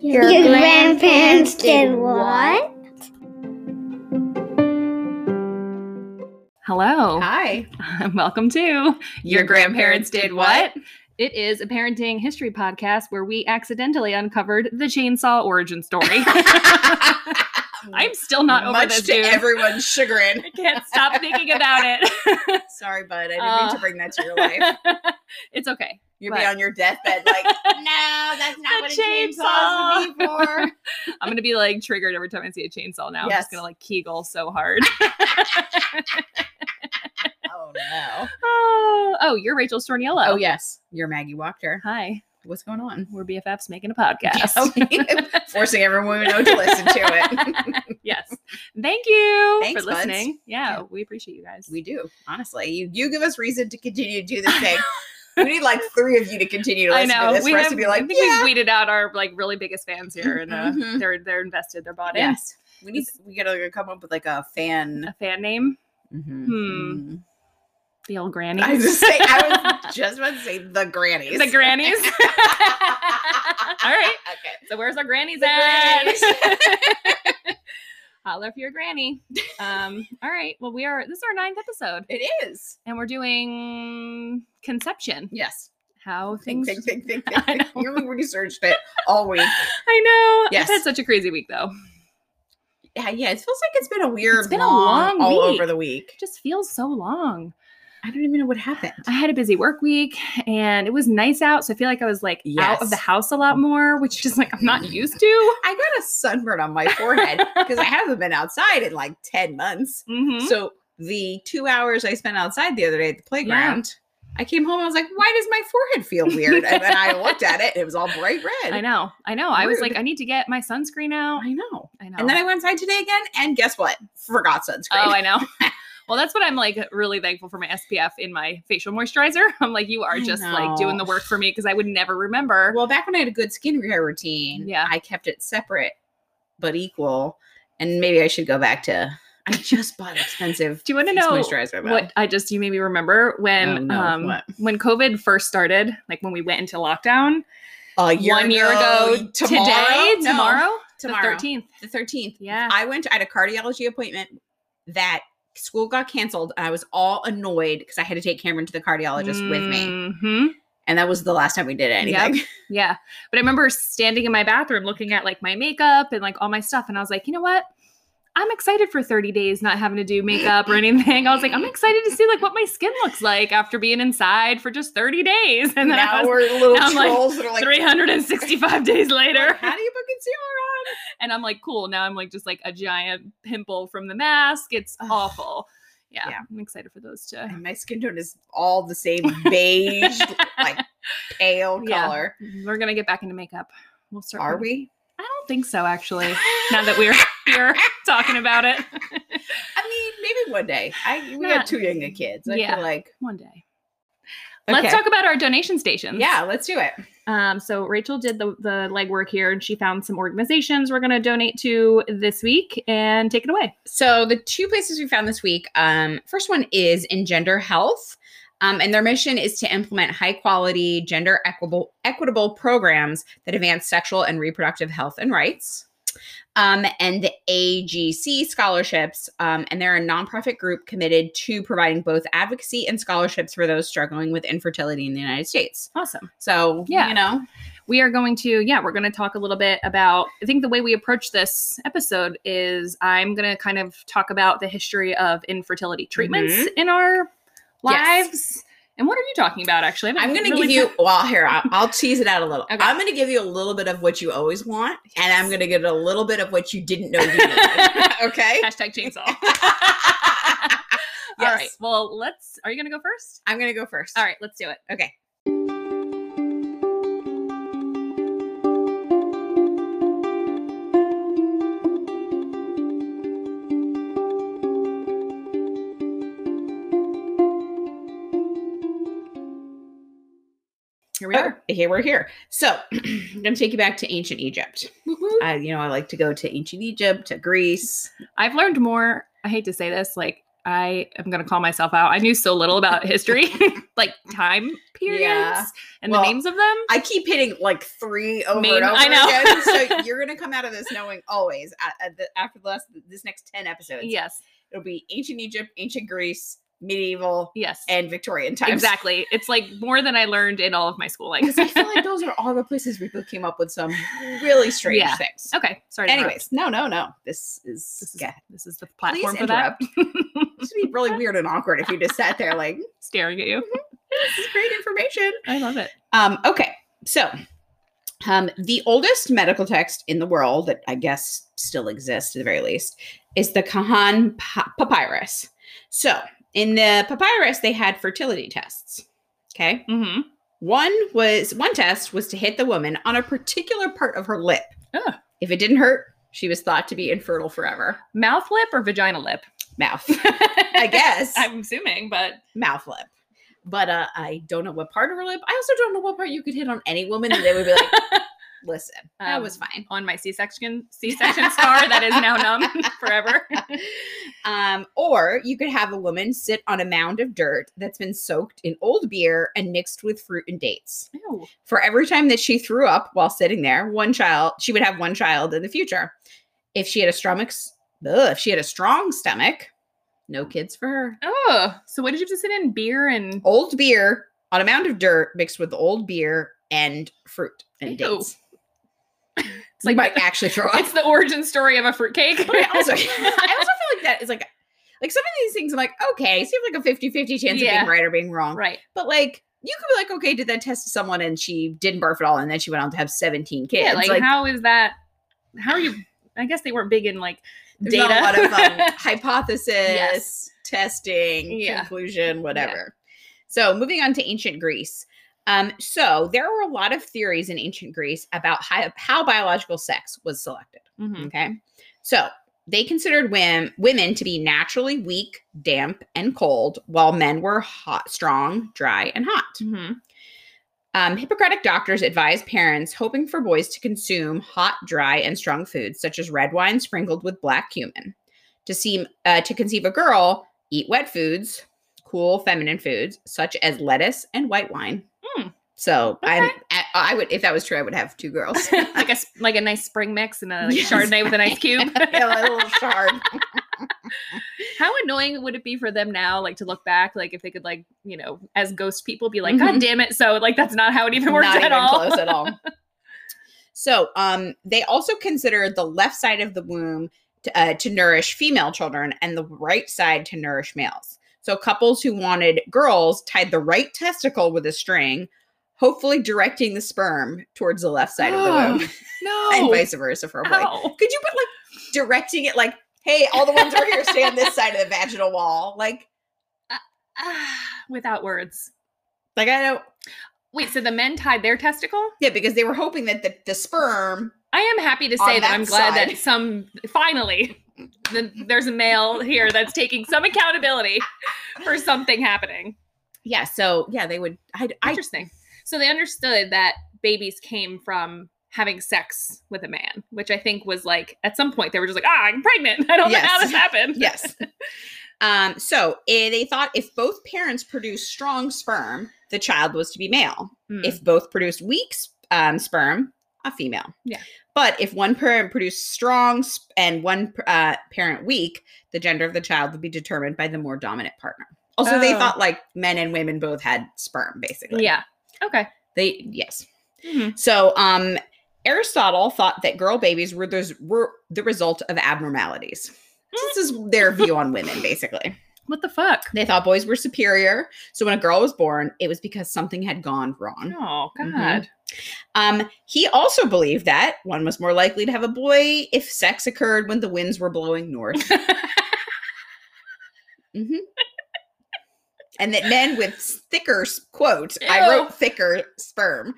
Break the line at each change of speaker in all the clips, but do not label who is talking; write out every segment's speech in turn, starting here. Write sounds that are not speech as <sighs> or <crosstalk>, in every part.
Your, grandparents, did what?
Hello.
Hi.
<laughs> Welcome to Your,
Grandparents Did What?
It is a parenting history podcast where we accidentally uncovered the chainsaw origin story.
<laughs>
I'm still not over
Much
this,
to
dude.
everyone's chagrin.
I can't stop thinking about it.
Sorry, bud. I didn't
Uh.
mean to bring that to your
<laughs>
life.
it's okay.
You'll be
But-
on your deathbed,
<laughs>
like, no, that's not
The
what a chainsaw's
chainsaw."
made
<laughs>
for.
I'm gonna be like triggered every time I see a chainsaw now. I'm
Yes.
just gonna like kegel so hard. <gasps>
Oh no.
oh, oh, you're Rachel Storniello.
Oh yes, you're Maggie Walker.
Hi.
What's going on?
<laughs> We're BFFs making a podcast.
<laughs> Forcing everyone we know to listen to it.
<laughs> yes. Thank you
Thanks,
for
buds.
listening. Yeah,
Yeah.
we appreciate you guys.
We do, honestly. You you give us reason to continue to do this thing. We need like three of you to continue to
I
listen
know.
to this
we
for
have,
us to be like,
I think
yeah.
we've weeded out our like really biggest fans here, and uh,
Mhm.
they're they're invested. They're bought
Yes. We need we gotta like, come up with like a
in.
fan.
A fan name,
Mhm.
Uh, Hmm. the old grannies.
I was just say I <laughs> was just about to say the grannies. <laughs>
the grannies. All right.
Okay.
So where's our grannies
The
at?
grannies.
<laughs> Holler for your granny. Um, all right. Well, we are. This is our ninth episode,
It is.
and we're doing conception.
Yes.
How
Think,
things.
think, think, <laughs> think,
I
think. think.
know.
You researched it all week.
I know.
Yes.
I've had such a crazy week though.
Yeah, yeah. It feels like it's been a weird,
been a
long,
long
all over
week.
the week.
It just feels so long.
I don't even know what happened.
I had a busy work week and it was nice out. So I feel like I was like out of the
Yes. Mm.
house a lot more, which just like I'm not used to.
I got a sunburn on <laughs> my forehead because I haven't been outside in like 10 months.
Mhm.
So the two hours I spent outside the other day at the playground, I came home and I was like, why does my forehead feel weird? And then I looked at it and it was all <laughs> bright red.
I know. I know. I was like,
Rude.
I need to get my sunscreen out.
I know.
I know.
And then I went inside today again and guess what? Forgot sunscreen.
oh, I know. <laughs> Well, that's what I'm like really thankful for my SPF in my facial moisturizer. <laughs> I'm like, you are
I
just like doing the
know.
work for me because I would never remember.
well, back when I had a good skincare routine,
Yeah.
I kept it separate but equal. And maybe I should go back to I just bought expensive
<laughs> Do you want to
face
know
moisturizer. though.
what I just you made me remember when
Oh, no,
um
what?
when COVID first started, like when we went into lockdown
a year
one year ago
tomorrow?
today,
No,
tomorrow,
tomorrow,
the 13th.
the thirteenth.
Yeah.
I went. I had a cardiology appointment that school got canceled, and I was all annoyed because I had to take Cameron to the cardiologist with me,
Mhm.
and that was the last time we did anything. <laughs>
Yeah. But I remember standing in my bathroom looking at like my makeup and like all my stuff. And I was like, you know what? I'm excited for 30 days not having to do makeup or anything. I was like, I'm excited to see like what my skin looks like after being inside for just 30 days. And then I
now
was
we're little
now I'm like,
trolls that are like
365 days later.
How do you put concealer
And I'm like, cool. Now I'm like just like a giant pimple from the mask. It's
Ugh.
awful. Yeah,
Yeah.
I'm excited for those
on?
to
And my skin tone is all the
<laughs>
same beige, like pale
Yeah.
color.
We're gonna get back into makeup. We'll start.
Are
with-
we?
I don't think so, actually. now that we're <laughs> here talking about it. <laughs>
I mean, maybe one day. I we
Not-
got two younger kids. I
Yeah.
feel like
One day.
Okay.
Let's talk about our donation stations.
Yeah, let's do it.
Um, so Rachel did the, the legwork here and she found some organizations we're going to donate to this week and take it away.
So the two places we found this week, um, first one is in gender health. Um, and their mission is to implement high quality, gender equitable, equitable programs that advance sexual and reproductive health and rights. Um, and the AGC scholarships, um, and they're a nonprofit group committed to providing both advocacy and scholarships for those struggling with infertility in the United States.
Awesome.
So,
Yeah.
you know,
We are going to, yeah, we're going to talk a little bit about, I think the way we approach this episode is I'm going to kind of talk about the history of infertility treatments in our
Yes.
lives. And what are you talking about, actually? I
I'm
haven't <laughs>
gonna
really-
give you <laughs> well here. I'll, I'll tease it out a little.
Okay.
I'm gonna give you a little bit of what you always want, and I'm gonna get a little bit of what you didn't know you
<laughs>
needed. <laughs> okay.
Hashtag chainsaw. All
Yes.
right. Well, let's, are you going to go first?
I'm gonna go first.
All right, let's do it.
Okay.
Here we
We
are.
are. Here we're here. So <clears throat> I'm gonna take you back to ancient Egypt. I, you know, I like to go to ancient Egypt, to Greece.
I've learned more. I hate to say this, like I am going to call myself out. I knew so little about history, <laughs> like time periods
Yeah.
and
Well,
the names of them.
I keep hitting like three over
Name-
and over
I know.
again. So
<laughs>
you're gonna come out of this knowing always at, at the, after the last this next ten episodes,
yes.
it'll be ancient Egypt, ancient Greece, medieval,
Yes.
and Victorian times. <laughs>
Exactly. It's like more than I learned in all of my schooling.
Because I feel like those are all the places we both came up with some really strange
Yeah.
things.
okay. Sorry. to interrupt.
Anyways, no, no, no. This is,
This is,
yeah.
this is the
Please
platform for that.
interrupt. <laughs> this would be really weird and awkward if you just sat there like
<laughs>
<laughs>
Staring at you.
this is great information.
I love it.
Um, okay, so um, the oldest medical text in the world that I guess still exists at the very least is the Kahan pa- Papyrus. So in the papyrus, they had fertility tests. Okay,
hmm
one was one test was to hit the woman on a particular part of her lip.
Oh.
If it didn't hurt, she was thought to be infertile forever.
Mouth lip or vagina lip? <laughs>
Mouth, I guess.
I'm assuming, but
mouth lip. But uh, I don't know what part of her lip. I also don't know what part you could hit on any woman that they would be like, listen, that
Um,
was fine.
on my C-section
<laughs>
C-section scar that is now numb <laughs> forever.
um, or you could have a woman sit on a mound of dirt that's been soaked in old beer and mixed with fruit and dates.
Ew.
For every time that she threw up while sitting there, one child she would have one child in the future. If she had a stomach, s- ugh, if she had a strong stomach, no kids for her.
Oh, so what did you have to sit in? Beer and
old beer on a mound of dirt mixed with old beer and fruit and
Ew.
dates.
it's
It's like might
like the,
actually throw up.
it's the origin story of a fruitcake.
But I
<laughs>
also, <laughs> I also feel like <laughs> that is like like some of these things I'm like, okay, so you have like a 50-50 chance of
Yeah.
being right or being wrong.
right.
But like you could be like, okay, did that test to someone and she didn't barf at all and then she went on to have 17 kids.
Yeah, like, how is that? How are you? I guess they weren't big in like
there's
data.
not a lot of <laughs> um,
<laughs>
hypothesis, testing,
Yeah.
conclusion, whatever. So moving on to ancient Greece. Um, so there were a lot of theories in ancient Greece about how, how biological sex was selected.
Mhm.
Okay. So they considered women, women to be naturally weak, damp, and cold, while men were hot, strong, dry, and hot.
Mhm.
Um, Hippocratic doctors advised parents hoping for boys to consume hot, dry, and strong foods such as red wine sprinkled with black cumin. To seem uh, to conceive a girl, eat wet foods, cool feminine foods such as lettuce and white wine.
Hmm.
So I'm,
Okay.
I, I would, if that was true, I would have two girls.
like a s- like a nice spring mix and a like,
Yes.
chardonnay with an
<laughs>
ice cube.
<laughs>
<laughs>
Yeah, a little shard.
How annoying would it be for them now, like to look back, like if they could, like you know, as ghost people, be like, God damn it! So like that's not how it even works
Mm-hmm. Not even
at all.
close at <laughs> all. So, um, they also considered the left side of the womb to, uh, to nourish female children and the right side to nourish males. So, couples who wanted girls tied the right testicle with a string, hopefully directing the sperm towards the left side of the <gasps> womb,
<laughs> no.
and vice versa for a boy.
Ow.
Could you put like directing it like, hey, all the ones over here stay on this side of the vaginal wall? Like,
Ah, <sighs> Without words.
like I don't.
Wait, so the men tied their testicle?
Yeah, because they were hoping that the, the sperm
I am happy to
On
say that,
that
I'm glad
side.
that some finally th- there's a male here that's taking some accountability for something happening.
Yeah. So yeah, they would. I. I
Interesting. So they understood that babies came from having sex with a man, which I think was like at some point they were just like, ah, I'm pregnant. <laughs> I don't know how
Yes.
this happened.
yes. um. So eh, they thought if both parents produced strong sperm, the child was to be male. <laughs>
Mm.
If both produced weak s- um, sperm, a female.
Yeah.
But if one parent produced strong sp- and one uh, parent weak, the gender of the child would be determined by the more dominant partner. Also, they
Oh.
thought like men and women both had sperm, basically.
Hmm. yeah. Okay.
They yes.
Mhm.
So, um, Aristotle thought that girl babies were, those, were the result of abnormalities.
Hmm.
This is their view on women, basically.
What the fuck?
They thought boys were superior. So, when a girl was born, it was because something had gone wrong.
Oh God.
Mhm. Um, he also believed that one was more likely to have a boy if sex occurred when the winds were blowing
<laughs>
north. Mhm. And that men with thicker, s- quote, I
Ew.
wrote thicker sperm,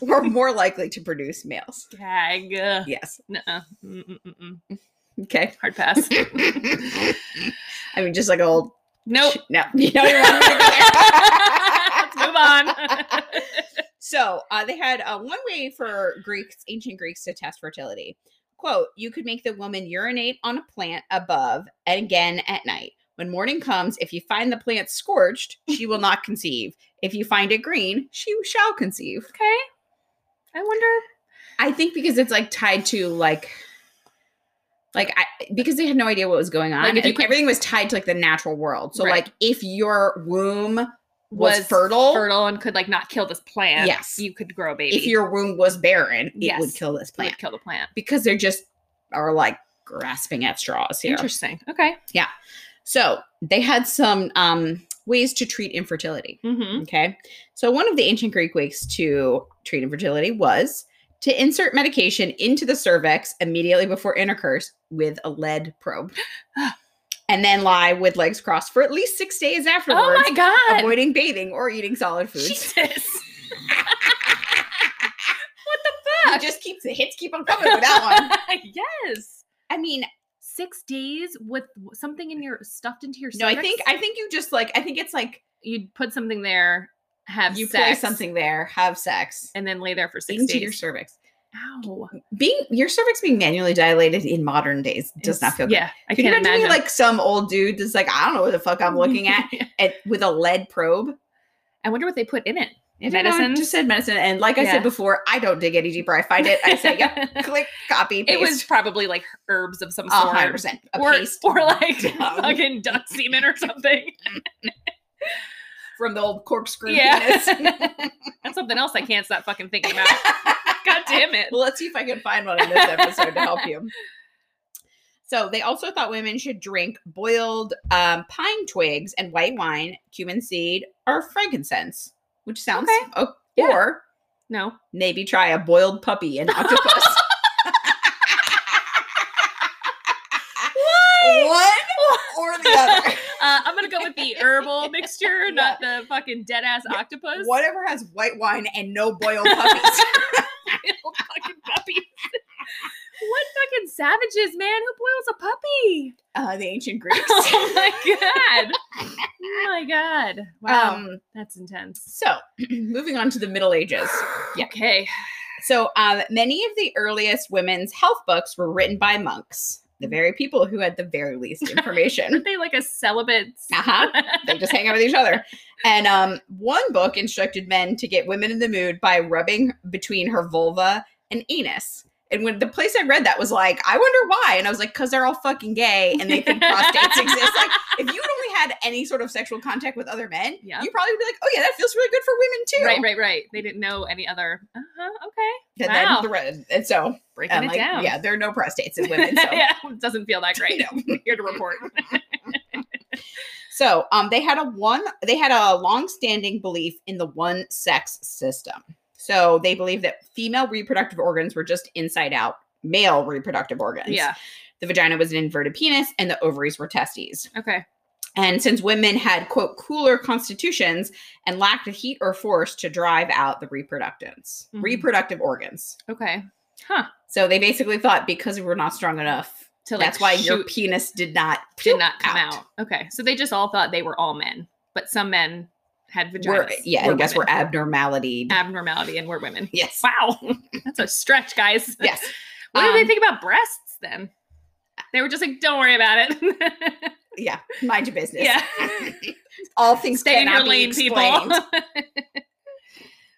were more likely to produce males.
Gag. Ugh.
Yes.
Nuh-uh. Mm-mm-mm-mm.
Okay.
<laughs>
<laughs>
Hard pass.
I mean, just like old.
nope.
<laughs> No, you know you want me to
<laughs> Let's
go
move on. <laughs>
there. so uh, they had uh, one way for Greeks, ancient Greeks, to test fertility. "Quote: You could make the woman urinate on a plant above and again at night, When morning comes, if you find the plant scorched, she will not conceive. If you find it green, she shall conceive.
Okay. I wonder.
I think because it's like tied to like like I, because they had no idea what was going on.
Like, if you
and
could-
everything was tied to like the natural world. So
Right.
like if your womb was, fertile,
fertile and could like not kill this plant.
Yes.
you could grow a baby.
if your womb was barren, it would
Yes.
kill this
You
plant
would kill the plant.
because they're just are like grasping at straws here.
Interesting. Okay.
So they had some um, ways to treat infertility.
Mm-hmm.
Okay. So one of the ancient Greek ways to treat infertility was to insert medication into the cervix immediately before intercourse with a lead probe. <gasps> and then lie with legs crossed for at least six days
Oh
afterwards,
my god. <laughs>
avoiding bathing or eating solid foods.
Jesus. <laughs> what the
You
fuck?
just keep the hits keep on coming with that
<laughs>
one.
yes.
I mean,
Six days with something in your stuffed into your.
no, I think
cervix?
I think you just like I think it's like
you'd put something there, have
you
sex,
place something there, have sex
and then lay there for six
into
days.
your cervix.
Ow.
Being your cervix being manually dilated in modern days does not
It's-
feel good.
Yeah, I
Can
can't
you imagine
imagine. <laughs>
being, like some old dude that's like, I don't know what the fuck I'm looking at, at with a lead probe?
I wonder what they put in it.
I don't know, I
Medicine?
just said medicine. And like I
Yeah.
said before, I don't dig any deeper. I find it. I say,
<laughs>
yep, <laughs> click, copy, paste.
It was probably like herbs of some
A
sort.
hundred percent. A
or,
paste <laughs>
or like
Um,
fucking duck semen or something.
<laughs> from the old corkscrew.
Yeah.
penis.
<laughs> That's something else I can't stop fucking thinking
<laughs>
about. God damn it.
well, let's see if I can find one in this episode to help you. <laughs> So they also thought women should drink boiled um, pine twigs and white wine, cumin seed, or frankincense, which sounds
Okay.
oh,
Yeah.
or
No.
maybe try a boiled puppy and octopus. <laughs> One or the <laughs> other.
Uh, I'm gonna go with the
<laughs>
herbal mixture, not the fucking dead ass octopus.
Whatever has white wine and no boiled puppies.
<laughs> Little fucking puppy. <laughs> what fucking savages, man? Who boils a
<laughs>
puppy?
<laughs> uh, the ancient <laughs> Greeks.
Oh my god. <laughs> Oh my god. Wow.
Um,
That's intense.
so, <clears throat> moving on to the Middle Ages. yeah.
Okay.
So, um, many of the earliest women's health books were written by monks, the very people who had the very
<laughs>
least
Aren't
information.
they like a celibate?
uh-huh. They just hang out with each other. And um, one book instructed men to get women in the mood by rubbing between her vulva and anus. And when the place I read that was like, I wonder why. And I was like, because they're all fucking gay and they think
<laughs>
prostates exist. Like, if you had only had any sort of sexual contact with other men,
Yeah.
you probably would be like, oh, yeah, that feels really good for women too.
Right, right, right. They didn't know any other. Uh huh. Okay.
And,
Wow.
then the re- and so,
Breaking
and
it
like,
down. <laughs>
yeah, there are no prostates in women. So.
yeah, it doesn't feel
<laughs>
that great. Here to report.
So um, they had a one they had a long-standing belief in the one sex system. So
Mm-hmm.
they believed that female reproductive organs were just inside out male reproductive organs.
yeah.
The vagina was an inverted penis and the ovaries were testes.
Okay.
And since women had quote cooler constitutions and lacked the heat or force to drive out the reproductants,
Mhm.
reproductive organs.
Okay.
So they basically thought because we were not strong enough,
To like
that's why your
shoot
penis did not
did
pew
not come
out.
out. Okay. So they just all thought they were all men, but some men had vaginas.
We're, yeah, I
were
guess we're
women.
abnormality.
abnormality and we're women. <laughs>
yes.
Wow. That's a stretch, guys.
Yes.
What did
Um,
they think about breasts then? They were just like, don't worry about it. <laughs>
Yeah. Mind your business.
yeah.
<laughs> All things
Stay in
cannot
your lane,
be
people. <laughs>
explained. I don't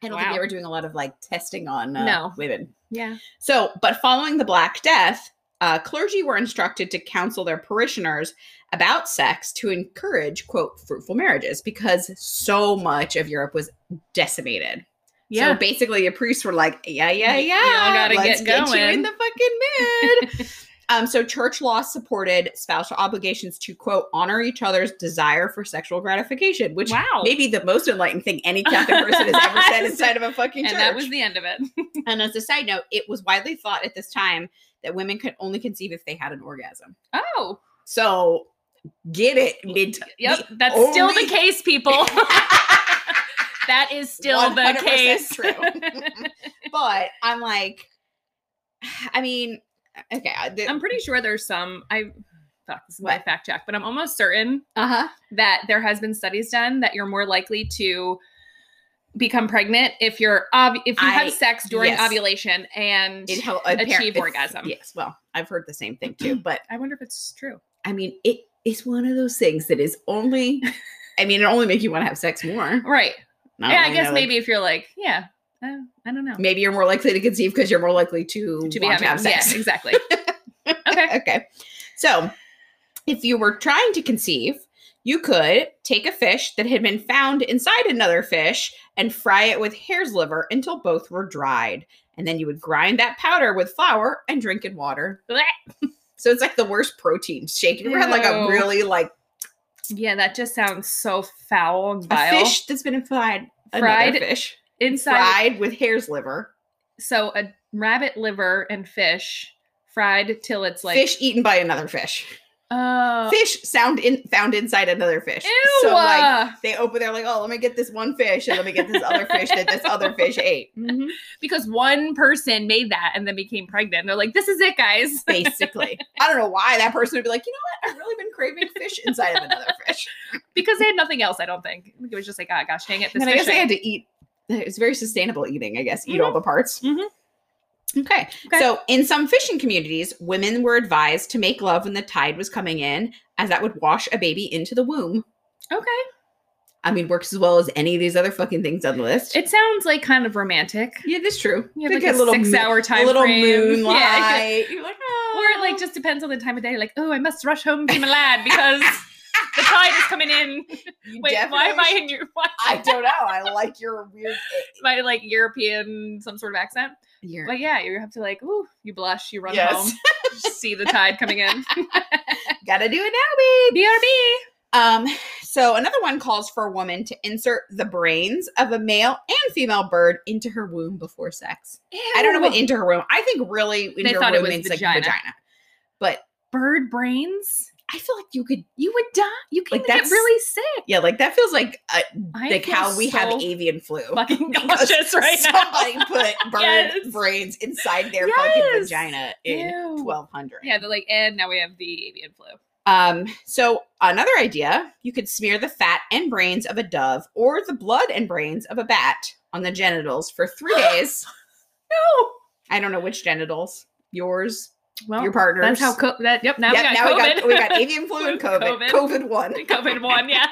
think
Wow.
they were doing a lot of like testing on uh,
No.
women.
yeah.
So, but following the Black Death, uh, clergy were instructed to counsel their parishioners about sex to encourage, quote, fruitful marriages because so much of Europe was decimated.
Yeah.
So basically, your priests were like, yeah, yeah,
Y-
yeah.
y'all gotta
let's
get
you in
going."
the fucking
<laughs>
mood. um, so church law supported spousal obligations to, quote, honor each other's desire for sexual gratification, which
wow.
may be the most enlightening thing any Catholic person has ever
<laughs>
said inside of a fucking
and
church.
that was the end of it. <laughs>
and as a side note, it was widely thought at this time that women could only conceive if they had an orgasm.
Oh.
So get it. Mid-
Yep. That's still the
only- <laughs>
case, people. that is still the
100%
case. <laughs>
true. but I'm like, <sighs> I mean, okay.
I'm pretty sure there's some. I fuck this is my
What?
fact check, but I'm almost certain
Uh huh.
that there has been studies done that you're more likely to become pregnant if you're ob- if you
I-
have sex during
yes.
ovulation and
It helped
Achieve orgasm. <clears throat>
Yes. Well, I've heard the same thing too, but
I wonder if it's true.
I mean, it is one of those things that is only, I mean, it only make you want to have sex more.
Right.
Not
yeah, I
really,
guess
no, like,
maybe if you're like, yeah, uh, I don't know.
maybe you're more likely to conceive because you're more likely to,
to be
want
having
to have sex. <laughs>
Yeah, exactly. okay.
okay. So, if you were trying to conceive, you could take a fish that had been found inside another fish and fry it with hare's liver until both were dried. And then you would grind that powder with flour and drink in water. <laughs>
Blech.
So it's like the worst protein shake. You ever had like a
Ew.
really like
Yeah, that just sounds so foul and
a
vile.
fish that's been fried, fried
Fried
fish,
Inside,
fried with hare's liver,
so a rabbit liver and fish fried till it's like
fish eaten by another fish,
Oh,
fish sound in found inside another fish.
ew!
So like
uh,
they open they're like oh let me get this one fish and let me get this other fish that this other fish ate Mhm.
because one person made that and then became pregnant. They're like, "This is it, guys."
basically i don't know why that person would be like you know what i've really been craving fish inside of another
<laughs>
fish
because they had nothing else. I don't think. I think it was just like, "Ah, gosh, dang it!" This
and i guess
fish.
they had to eat it's very sustainable eating i guess eat all the parts
Mhm.
Okay.
Okay.
So, in some fishing communities, women were advised to make love when the tide was coming in, as that would wash a baby into the womb.
okay,
I mean, works as well as any of these other fucking things on the list.
it sounds like kind of romantic.
yeah, that's true.
You have
Think
like a,
little mo-
six-hour time
a little
frame. <laughs>
moonlight.
Yeah.
You're like,
Or it like
"Oh."
just depends on the time of day. Like, oh, I must rush home to Milan because the tide is coming in.
<laughs> You
Wait, why am
definitely
I <laughs> in your why
I don't know. I like your weird.
my like European some sort of accent?
Your,
But yeah, you have to like, ooh, you blush, you run
Yes. <laughs>
home, you see the tide coming in.
gotta do it now, babe.
BRB.
Um, so another one calls for a woman to insert the brains of a male and female bird into her womb before sex. I don't know what
Ew.
into her womb. I think really into
They
her
thought it
womb
was
means like
vagina.
vagina. But
bird brains.
I feel like you could,
You would die. You
Like,
can get
that's-
really sick.
yeah, like that feels like uh,
I
like
feel
how we have
so
avian flu.
<laughs> fucking
<laughs> Because
nauseous right <laughs>
Somebody
now.
put bird
Yes.
brains inside their fucking
Yes.
vagina in
Ew.
1200.
Yeah, they're like, and now we have the avian flu.
Um, so another idea, you could smear the fat and brains of a dove or the blood and brains of a bat on the genitals for three
<gasps>
days.
No.
I don't know which genitals, yours,
Well,
your partner's.
that's how co- that. Yep. Now
Yep,
we got COVID.
we got
<laughs>
avian flu and
Flu,
COVID. COVID,
COVID. <laughs>
one.
COVID
<laughs>
one, yeah.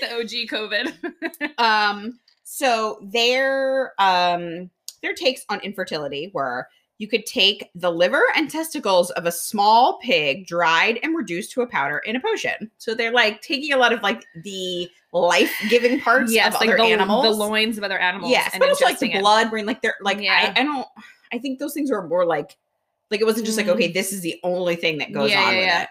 the OG COVID.
Um, so their um their takes on infertility were you could take the liver and testicles of a small pig dried and reduced to a powder in a potion. So they're like taking a lot of like the life-giving parts of other
the,
animals.
the loins of other animals.
yes,
and
but also like the
ingesting it.
blood brain, like they're like
Yeah.
I, I don't I think those things are more like like it wasn't just like,
Mm.
okay, this is the only thing that goes
Yeah,
on
yeah,
with
yeah.
it.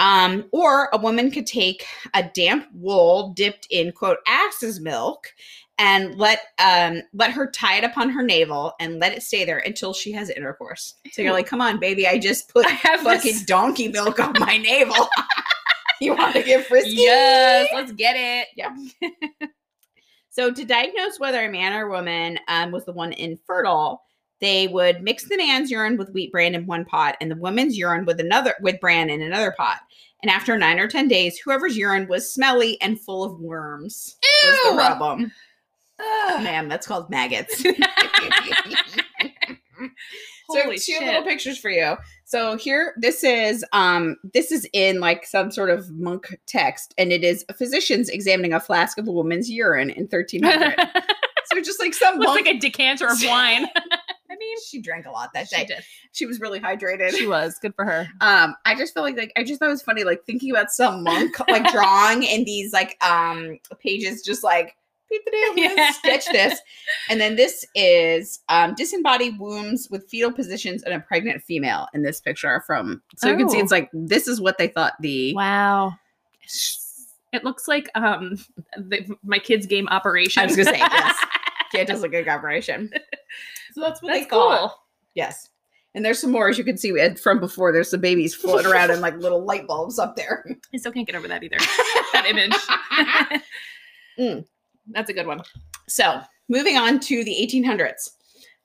Um, or a woman could take a damp wool dipped in quote ass's milk and let um let her tie it upon her navel and let it stay there until she has intercourse. So you're
Ew.
like, come on, baby, I just put
<laughs> <laughs> I have
fucking
this-
donkey milk on my
<laughs>
navel. you want to get frisky?
Yes, let's get it.
Yeah. So, to diagnose whether a man or woman um, was the one infertile, they would mix the man's urine with wheat bran in one pot and the woman's urine with another with bran in another pot. And after nine or ten days, whoever's urine was smelly and full of worms was the
Ew!
problem.
Ugh.
Ma'am, that's called
<laughs>
maggots. <laughs> so two
Holy
little
shit.
pictures for you. So here, this is um, this is in like some sort of monk text, and it is physicians examining a flask of a woman's urine in
<laughs>
1300. So just like some
Looks
monk,
like a decanter of wine. <laughs> I mean,
she drank a lot that
she
day.
did.
She was really hydrated.
She was good for her.
Um, I just feel like like I just thought it was funny, like thinking about some monk like drawing in these like um pages, just like "Beep the doo, let's
Yeah.
sketch this. And then this is um disembodied wombs with fetal positions and a pregnant female in this picture from so you can see
Oh.
it's like this is what they thought the
Wow. It looks like um the, my kids' game operation.
I
<laughs>
was gonna say, yes. yeah, it does look like operation. So that's what
That's
thought.
cool.
Yes. And there's some more, as you can see we had from before. There's some babies floating around and like little light bulbs up there.
I still can't get over that either. that image. <laughs>
Mm.
That's a good one.
So moving on to the 1800s.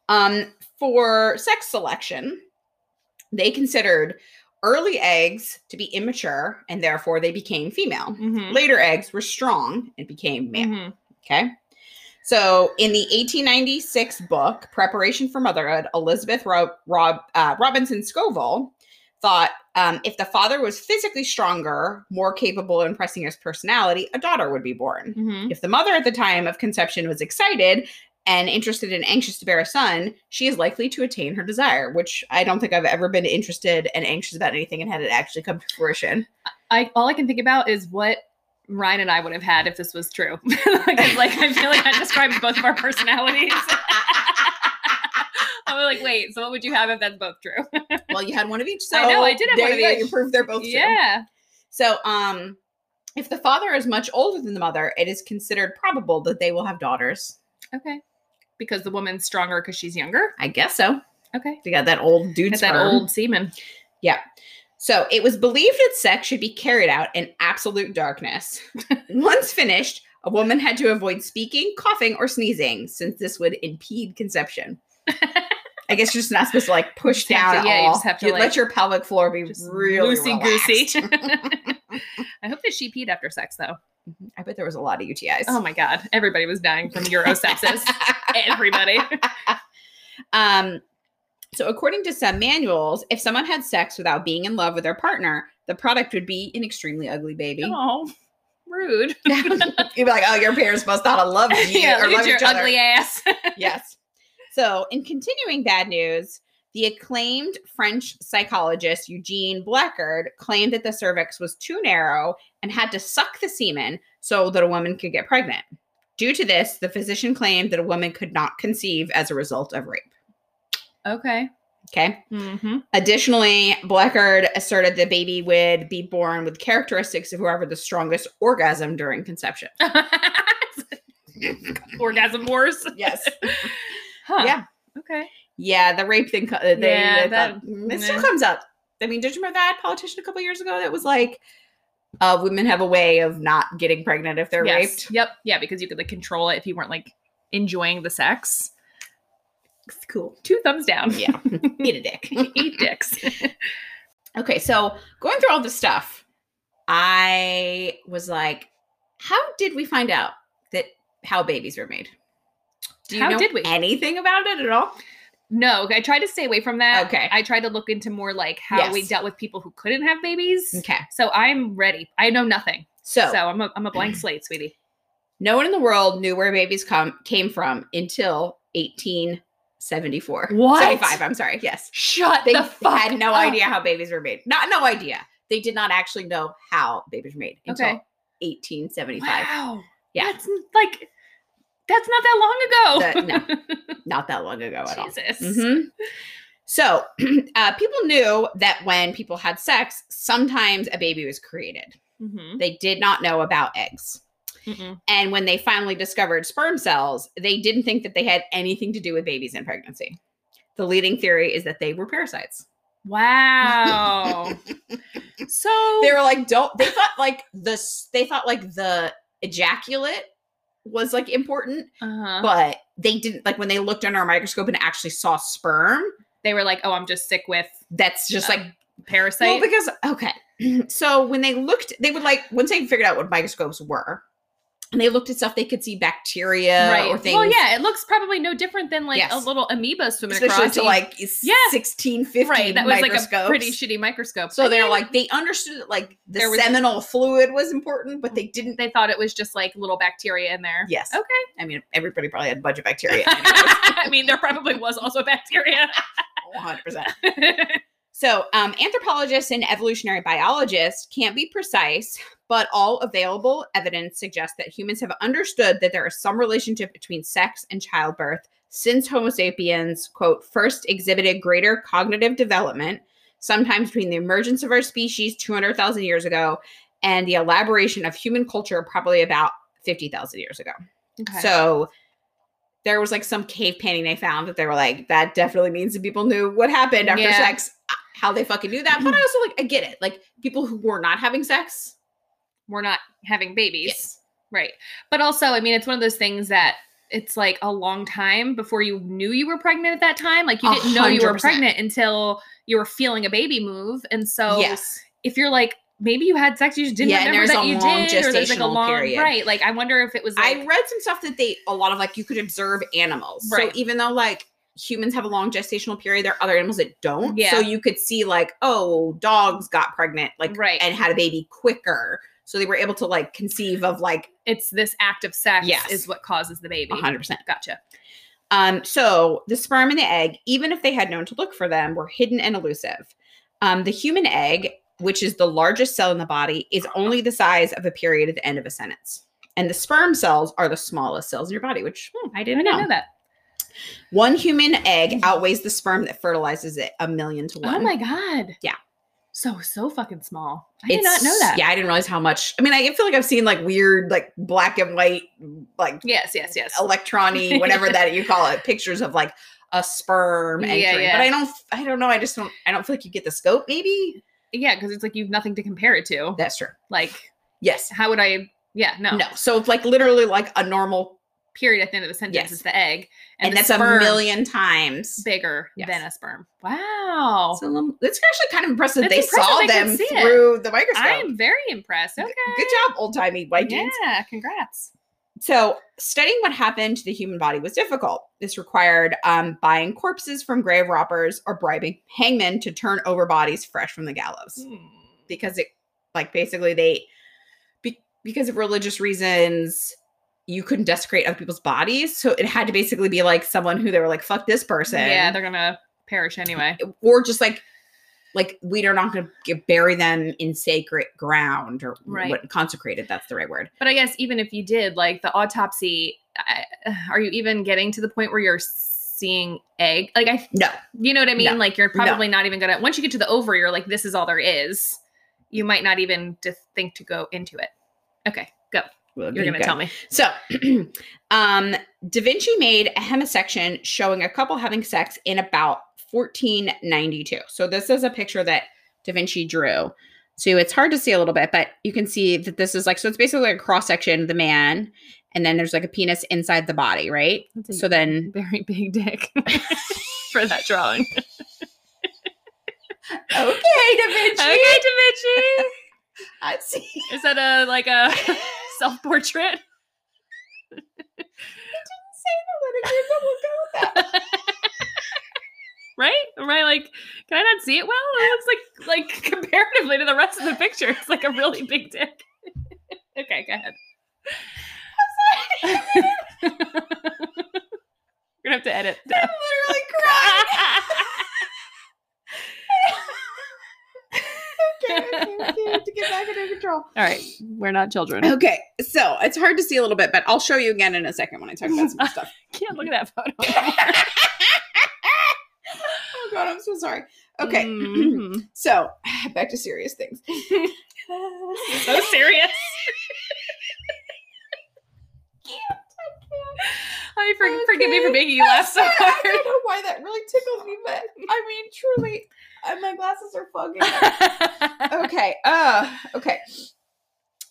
Um, for sex selection, they considered early eggs to be immature and therefore they became female.
Mhm.
Later eggs were strong and became male.
Mhm.
Okay. So, in the 1896 book, Preparation for Motherhood, Elizabeth Rob, Rob, uh, Robinson Scoville thought um, if the father was physically stronger, more capable of impressing his personality, a daughter would be born.
Mhm.
If the mother at the time of conception was excited and interested and anxious to bear a son, she is likely to attain her desire, which I don't think I've ever been interested and anxious about anything and had it actually come to
<laughs>
fruition.
I all I can think about is what Ryan and I would have had if this was true. <laughs> Because like I feel like that describes both of our personalities. <laughs> I'm like, wait, so what would you have if that's both true? <laughs>
well, you had one of each. So
I know, I did have
Oh, there
one of
you go,
each.
You proved they're both true.
yeah.
So, um, if the father is much older than the mother, it is considered probable that they will have daughters.
Okay. Because the woman's stronger because she's younger.
I guess so.
Okay.
They got that old dude
It's that
sperm.
old semen.
So it was believed that sex should be carried out in absolute
<laughs>
darkness. Once finished, a woman had to avoid speaking, coughing, or sneezing, since this would impede
<laughs>
conception. I guess you're just not supposed to like push
Just have
down
to-
at
yeah, you
all.
just have to,
You'd
like,
let your pelvic floor be
Just
really
loosey goosey. <laughs> I hope that she peed after sex though.
I bet there was a lot of UTIs.
Oh my god. Everybody was dying from <laughs> urosepsis. Everybody.
Um, so, according to some manuals, if someone had sex without being in love with their partner, the product would be an extremely ugly baby.
Oh. <laughs> Rude.
You'd be like, "Oh, your parents must not have
<laughs>
loved you or
look
loved
at your
each other."
ugly ass.
yes. So, in continuing bad news, the acclaimed French psychologist Eugene Blackard claimed that the cervix was too narrow and had to suck the semen so that a woman could get pregnant. Due to this, the physician claimed that a woman could not conceive as a result of rape.
Okay.
Okay.
Mm-hmm.
Additionally, Blackard asserted the baby would be born with characteristics of whoever the strongest orgasm during conception.
<laughs> Orgasm wars.
Yes.
Huh.
Yeah.
Okay.
Yeah, the rape thing. co- uh, They,
Yeah,
they thought-
that-
mm, it still
yeah.
comes up. I mean, did you remember that politician a couple years ago that was like, uh, "Women have a way of not getting pregnant if they're
Yes.
raped."
Yep. Yeah, because you could like control it if you weren't like enjoying the sex.
It's cool.
Two thumbs down.
Yeah, <laughs> eat a dick.
<laughs>
<laughs>
Eight dicks.
okay, so going through all this stuff, I was like, "How did we find out that how babies were made?" Do you
How
know
did we?
anything about it at all?
No, I tried to stay away from that.
Okay.
I tried to look into more like how we
Yes.
dealt with people who couldn't have babies.
Okay.
So I'm ready. I know nothing.
So,
So I'm a, I'm a blank slate, sweetie.
no one in the world knew where babies come came from until 1874.
What?
75, I'm sorry. Yes.
Shut
They
the fuck Oh.
had no
up.
idea how babies were made. Not no idea. They did not actually know how babies were made until
Okay.
1875.
Wow.
Yeah.
That's n- like, that's not <laughs> that long ago.
Not that long ago at all.
Jesus.
Mhm. So, <clears throat> uh, people knew that when people had sex, sometimes a baby was created.
Mhm.
They did not know about eggs.
Mm-mm.
And when they finally discovered sperm cells, they didn't think that they had anything to do with babies in pregnancy. The leading theory is that they were parasites. <laughs>
Wow. so
They were like, don't. They thought like the s- they thought like the ejaculate was like important,
uh-huh.
but they didn't like when they looked under a microscope and actually saw sperm.
they were like, "Oh, I'm just sick with
That's just
Uh,
like
parasite."
well because okay. <clears throat> so when they looked, they would like once they figured out what microscopes were, and they looked at stuff, they could see bacteria
right.
or things.
Well, yeah, it looks probably no different than like a
Yes.
little amoeba swimming
especially
across.
to
You-
like
Yeah.
16 15
right, that was like a
microscopes.
pretty shitty microscope.
so
I
they're
mean,
like they understood that like the
There was-
seminal fluid was important but they didn't
they thought it was just like little bacteria in there.
yes
Okay.
i mean everybody probably had a bunch of
<laughs>
bacteria
I mean, there probably was also bacteria. <laughs>
100% so um, anthropologists and evolutionary biologists can't be precise but all available evidence suggests that humans have understood that there is some relationship between sex and childbirth since homo sapiens quote first exhibited greater cognitive development sometimes between the emergence of our species 200,000 years ago and the elaboration of human culture probably about 50,000 years ago.
Okay.
So there was like some cave painting they found that they were like, that definitely means that people knew what happened after
Yeah.
sex, uh, how they fucking do that.
<laughs>
But I also like, I get it. Like people who were not having sex.
we're not having babies. Right. But also, I mean, it's one of those things that it's like a long time before you knew you were pregnant at that time. Like you
A
didn't know you were
hundred percent.
pregnant until you were feeling a baby move. And so
yes.
if you're like, maybe you had sex, you just didn't
Yeah, and
remember
there's
that
a
you
long
did. Or there's like a
gestational
long
period.
right. Like I wonder if it was like
I read some stuff that they, a lot of like, you could observe animals.
Right.
So even though like humans have a long gestational period. There are other animals that don't.
Yeah.
So you could see like, oh, dogs got pregnant like
Right.
and had a baby quicker. So they were able to like conceive of like
It's this act of sex
Yes.
is what causes the baby.
100%.
Gotcha.
Um, so the sperm and the egg, even if they had known to look for them, were hidden and elusive. Um, the human egg, which is the largest cell in the body, is only the size of a period at the end of a sentence. And the sperm cells are the smallest cells in your body, which hmm, I
I
didn't
didn't
know.
know that.
One human egg outweighs the sperm that fertilizes it a million to one.
Mm. Oh my god.
Yeah.
So so fucking small. I did not know
It's-
that.
Yeah, I didn't realize how much. I mean, I feel like I've seen like weird, like black and white, like
Yes, yes, yes.
Oh. electronic, whatever that you call it, pictures of like a sperm
Yeah,
entering.
yeah.
But I don't, I don't know. I just don't, I don't feel like you get the scope. Maybe
Yeah, because it's like you've nothing to compare it to.
that's true.
Like,
Yes.
how would I? Yeah, no.
No. So it's like literally like a normal,
Period at the end of the sentence
Yes.
is the egg,
and,
the
that's a
sperm
million times.
bigger
Yes.
than a sperm. Wow.
It's, a little- it's actually kind of impressive.
That's
they
impressive
saw
they could
them
see it.
through the microscope.
I'm very impressed. Okay.
Good job, old timey white
yeah,
jeans.
congrats.
So, studying what happened to the human body was difficult. This required um, buying corpses from grave robbers or bribing hangmen to turn over bodies fresh from the gallows. Because it, like, basically, they, be, because of religious reasons, you couldn't desecrate other people's bodies. So, it had to basically be like someone who they were like, fuck this person.
Yeah, they're gonna
<laughs>
perish anyway.
or just like, like we are not going to bury them in sacred ground or
Right.
what consecrated. That's the right word.
But I guess even if you did, like the autopsy, I, are you even getting to the point where you're seeing egg? Like I,
No,
you know what I mean?
No.
Like you're
No.
probably not even gonna. Once you get to the ovary, you're like, this is all there is. You might not even to think to go into it. Okay, go. You're gonna
tell me.
tell me.
So, <clears throat> um, Da Vinci made a hemisection showing a couple having sex in about 1492. So, this is a picture that Da Vinci drew. So, it's hard to see a little bit, but you can see that this is like, so it's basically a cross section of the man, and then there's like a penis inside the body, right?
That's a
So, then
very big dick <laughs> for that <laughs> drawing.
<laughs> <laughs> okay, Da Vinci,
okay, Da
<laughs> I see.
Vinci. Is that a
<laughs>
like a self portrait? <laughs> Right? Am I like, can I not see it well? It looks like like <laughs> comparatively to the rest of the picture, it's like a really big dick. <laughs> okay, go ahead. <laughs> We're gonna have to edit.
I'm literally crying.
<laughs>
okay, okay, <laughs> okay, I have to get back under control.
All right, we're not children.
Okay, so it's hard to see a little bit, but I'll show you again in a second when I talk about some <laughs> more stuff.
Can't look at that photo.
oh god, I'm so sorry. <laughs> Okay,
Mm,
so <sighs> back to serious things. <laughs>
so <laughs> serious. I for- forgive me for
Okay.
making you laugh <laughs> so
I <laughs>
hard.
don't know why that really tickled me, but I mean, truly, uh, my glasses are fogging. up. okay, uh, okay.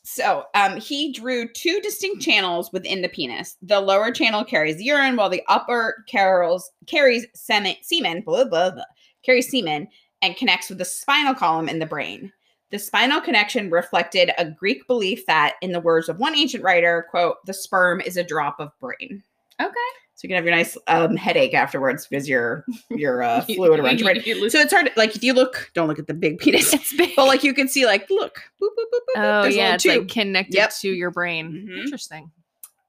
So, um, he drew two distinct channels within the penis. The lower channel carries urine, while the upper carries carries semen, semen, blah, blah, blah, carries semen, and connects with the spinal column in the brain. The spinal connection reflected a Greek belief that, in the words of one ancient writer, "quote the sperm is a drop of brain."
okay.
So you can have your nice um, headache afterwards because
<laughs>
your your uh, fluid around your brain.
You lose-
So it's hard. Like if you look, don't look at the big <laughs> penis,
it's <laughs> big.
but like you can see, like look, boop, boop, boop, boop, boop,
oh
there's a
yeah,
little
it's like
tube.
connected
Yep.
to your brain.
Mhm.
Interesting.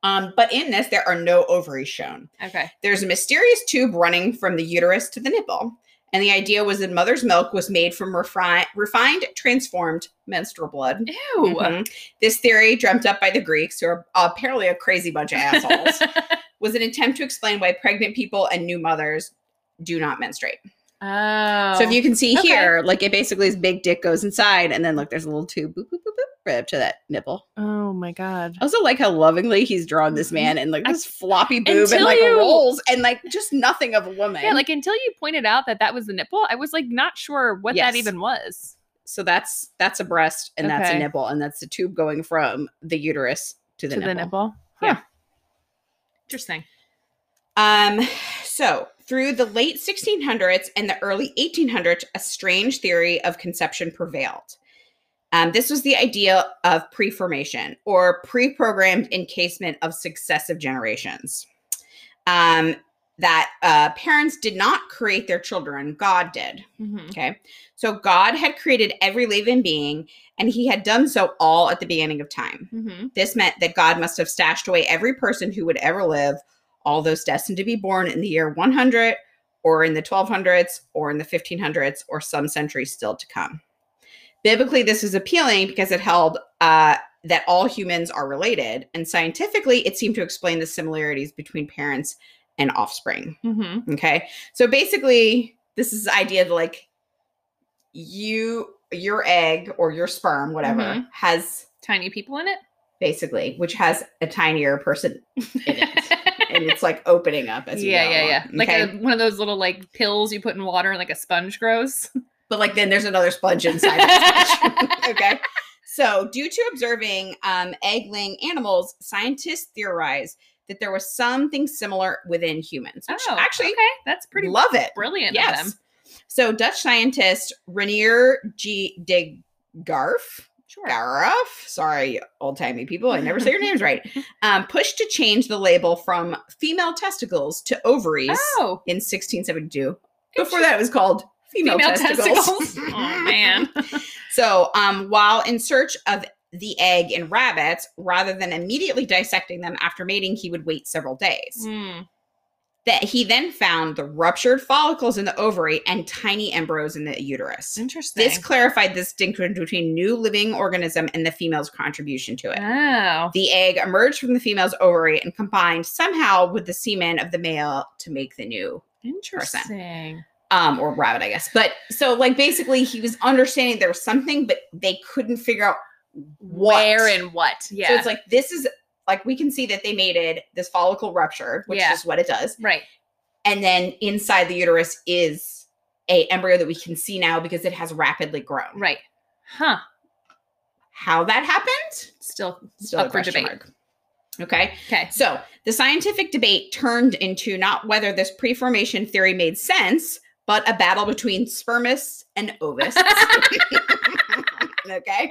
um, but in this, there are no ovaries shown.
Okay.
There's a mysterious tube running from the uterus to the nipple, and the idea was that mother's milk was made from refined, refined, transformed menstrual blood.
Ew. <laughs>
Mhm. This theory, dreamt up by the Greeks, who are apparently a crazy bunch of
Oh.
assholes,
<laughs>
was an attempt to explain why pregnant people and new mothers do not menstruate.
oh.
So if you can see
Okay.
here, like it basically is big dick goes inside, and then look, there's a little tube boop, boop, boop, boop, right up to that nipple.
Oh my god.
I also like how lovingly he's drawn this man and like
Mm-hmm. I-
this floppy boob and
Until
like
you-
rolls and like just nothing of a woman.
Yeah, like until you pointed out that that was the nipple, I was like not sure what
Yes.
that even was.
so that's that's a breast and that's a
Okay.
nipple and that's the tube going from the uterus to the,
to
nipple.
the nipple.
Yeah.
Huh. Interesting.
Um, so through the late 1600s and the early 1800s, a strange theory of conception prevailed. Um, this was the idea of preformation or pre programmed encasement of successive generations. Um, that uh, parents did not create their children, God did.
Mm-hmm.
Okay. So God had created every living being, and he had done so all at the beginning of time.
Mm-hmm.
This meant that God must have stashed away every person who would ever live, all those destined to be born in the year 100 or in the 1200s or in the 1500s or some centuries still to come. Biblically, this is appealing because it held uh, that all humans are related, and scientifically, it seemed to explain the similarities between parents and offspring.
hmm
Okay. So basically, this is the idea that like you your egg or your sperm, whatever,
Mhm.
has
Tiny people in it.
basically, which has a tinier person in it.
<laughs>
and it's like opening up as you
yeah,
go
yeah,
along,
yeah. Like
okay?
a, one of those little like pills you put in water and like a sponge grows. <laughs>
but like then there's another sponge inside the sponge. <laughs> okay. So, due to observing um, egg laying animals, scientists theorize that there was something similar within humans, which
Oh,
actually
okay, that's pretty
love it.
brilliant of
Yes.
them.
So Dutch scientist Renier G. de Garf,
Sure.
Garf, sorry, old timey people, I never say
<laughs>
your names right, um, pushed to change the label from female testicles to ovaries
Oh,
in 1672. Before that, it was called female,
female
testicles.
testicles. <laughs> oh man.
<laughs> So um, while in search of the egg in rabbits, rather than immediately dissecting them after mating, he would wait several days.
Mm.
That he then found the ruptured follicles in the ovary and tiny embryos in the uterus.
Interesting.
This clarified the distinction between new living organism and the female's contribution to it.
oh.
The egg emerged from the female's ovary and combined somehow with the semen of the male to make the new
Interesting.
um or rabbit, I guess. But so like basically he was understanding there was something, but they couldn't figure out what.
Where and what? Yeah.
So it's like this is like we can see that they mated this follicle ruptured, which
Yeah.
is what it does.
right.
And then inside the uterus is a embryo that we can see now because it has rapidly grown.
Right. Huh.
How that happened?
Still.
still
Up
a
for
question
debate.
mark. Okay,
Okay.
so the scientific debate turned into not whether this preformation theory made sense, but a battle between spermists and <laughs> ovists. okay,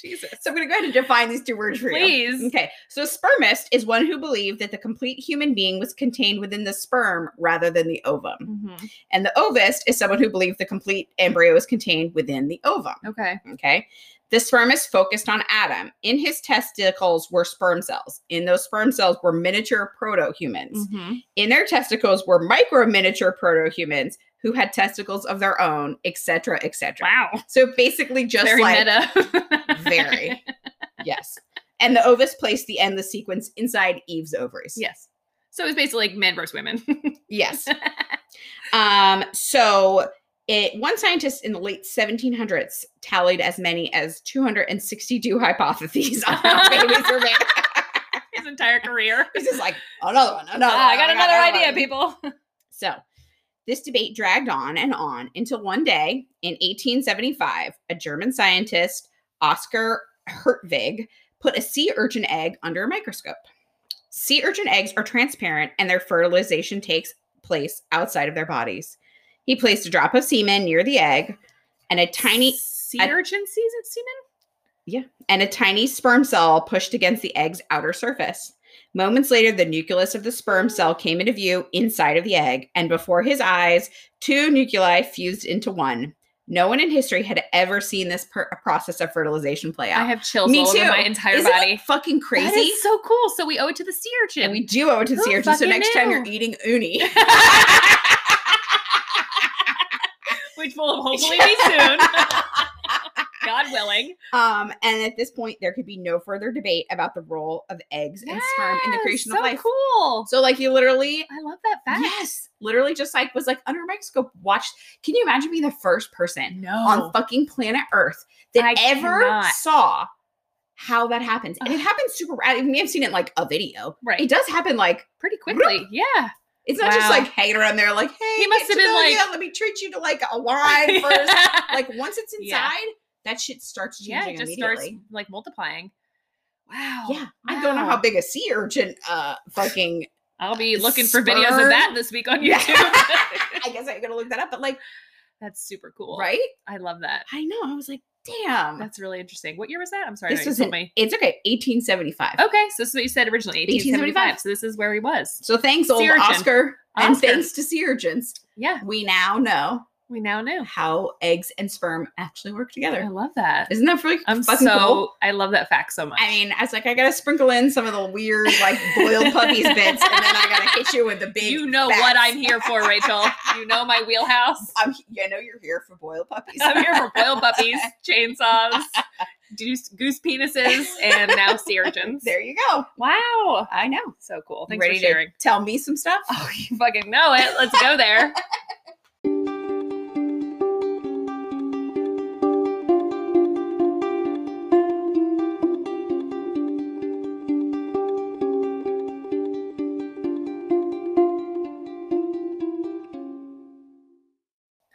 Jesus. So I'm going to go ahead and define these two words for you.
Please.
Okay, so spermist is one who believed that the complete human being was contained within the sperm rather than the ovum.
Mhm.
And the ovist is someone who believed the complete embryo is contained within the ovum.
Okay.
Okay. The sperm is focused on Adam. In his testicles were sperm cells. In those sperm cells were miniature proto humans.
Mhm.
In their testicles were micro miniature proto humans who had testicles of their own, etc., etc.
Wow.
So basically, just
Very
like <laughs>
meta. <laughs>
very yes. And the ovis placed the endless sequence inside Eve's ovaries.
Yes. So it's basically like men versus women. <laughs>
Yes. um, so it one scientist in the late 1700s tallied as many as 262 hypotheses on how babies were made.
<laughs> His entire career.
He's just like another one, another.
Ah, I
one,
got another idea,
one.
people.
So this debate dragged on and on until one day in 1875, a German scientist, Oscar Hertwig, put a sea urchin egg under a microscope. Sea urchin eggs are transparent and their fertilization takes place outside of their bodies. He placed a drop of semen near the egg and a
<laughs>
tiny
sea
I-
urchin season semen.
and a tiny sperm cell pushed against the egg's outer surface. Moments later, the nucleus of the sperm cell came into view inside of the egg, and before his eyes, two nuclei fused into one. No one in history had ever seen this per- process of fertilization play out.
I have chills
Me
all over my
too.
entire
Isn't it
body.
fucking
That
crazy.
is so cool. So we owe it to the sea urchin.
And we do owe it to the
Who
sea urchin. So
fucking
next time you're
knew?
eating uni,
<laughs> which <laughs> will hopefully be soon, God willing.
um, and at this point, there could be no further debate about the role of eggs and sperm in the
Yes,
creation
so
of life.
cool.
So, like, you literally
I love that fact.
Yes, literally just like was like under a microscope. Watched. Can you imagine being the first person
No.
on fucking planet Earth that
I
ever
cannot.
saw how that happens? And it happens super. ra- I mean, we have seen it in, like a video.
right.
It does happen like
Pretty quickly. Yeah.
it's not just
Wow.
like hanging around there like hey.
He must
get
have
to
been
know
like-
ya, let me treat you to like a wine first.
<laughs>
like once it's
Yeah.
inside, that shit starts changing
yeah, it just starts
immediately.
like multiplying. Wow.
yeah, I don't know
Wow.
how big a sea urchin uh fucking
I'll be looking for videos
Sperm.
of that this week
<laughs>
on
Yeah.
YouTube.
I guess I'm gonna look that up, but like
That's super cool.
right?
I love that.
I know. I was like, Damn.
That's really interesting. What year was that? I'm sorry.
Ah. this
no, you
was
told
in-
me.
it's okay. 1875.
Okay, so this is what you said originally,
1875.
1875. So this is where he was.
So thanks, old
Sea urchin.
Oscar, and
Oscar.
thanks to sea urchins,
Yeah,
we now know
we now know.
how eggs and sperm actually work
I
together.
love that.
Isn't that really
I'm
fucking
so
cool?
I love that fact so much.
I mean, I was like, I gotta sprinkle in some of the weird, like boiled
<laughs>
puppies bits, and then I gotta hit you with the big.
you know what
facts.
I'm here for,
<laughs>
Rachel. You know my wheelhouse.
I'm, I know you're here for boiled puppies.
I'm here for boiled puppies, chainsaws, goose, goose penises, and now sea urchins.
<laughs> <laughs> There you go.
Wow.
I know.
So cool. Thanks
Ready
for sharing.
to tell me some stuff?
Oh, you <laughs> fucking know it. Let's go there.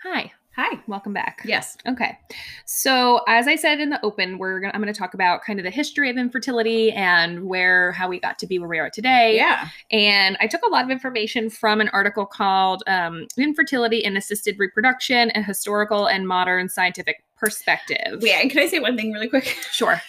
Hi.
Hi.
Welcome back.
Yes.
Okay. So, as I said in the open, we're gonna, I'm going to talk about kind of the history of infertility and where how we got to be where we are today.
Yeah.
And I took a lot of information from an article called um, Infertility and Assisted Reproduction, a Historical and Modern Scientific Perspective.
Yeah. And can I say one thing really quick?
Sure.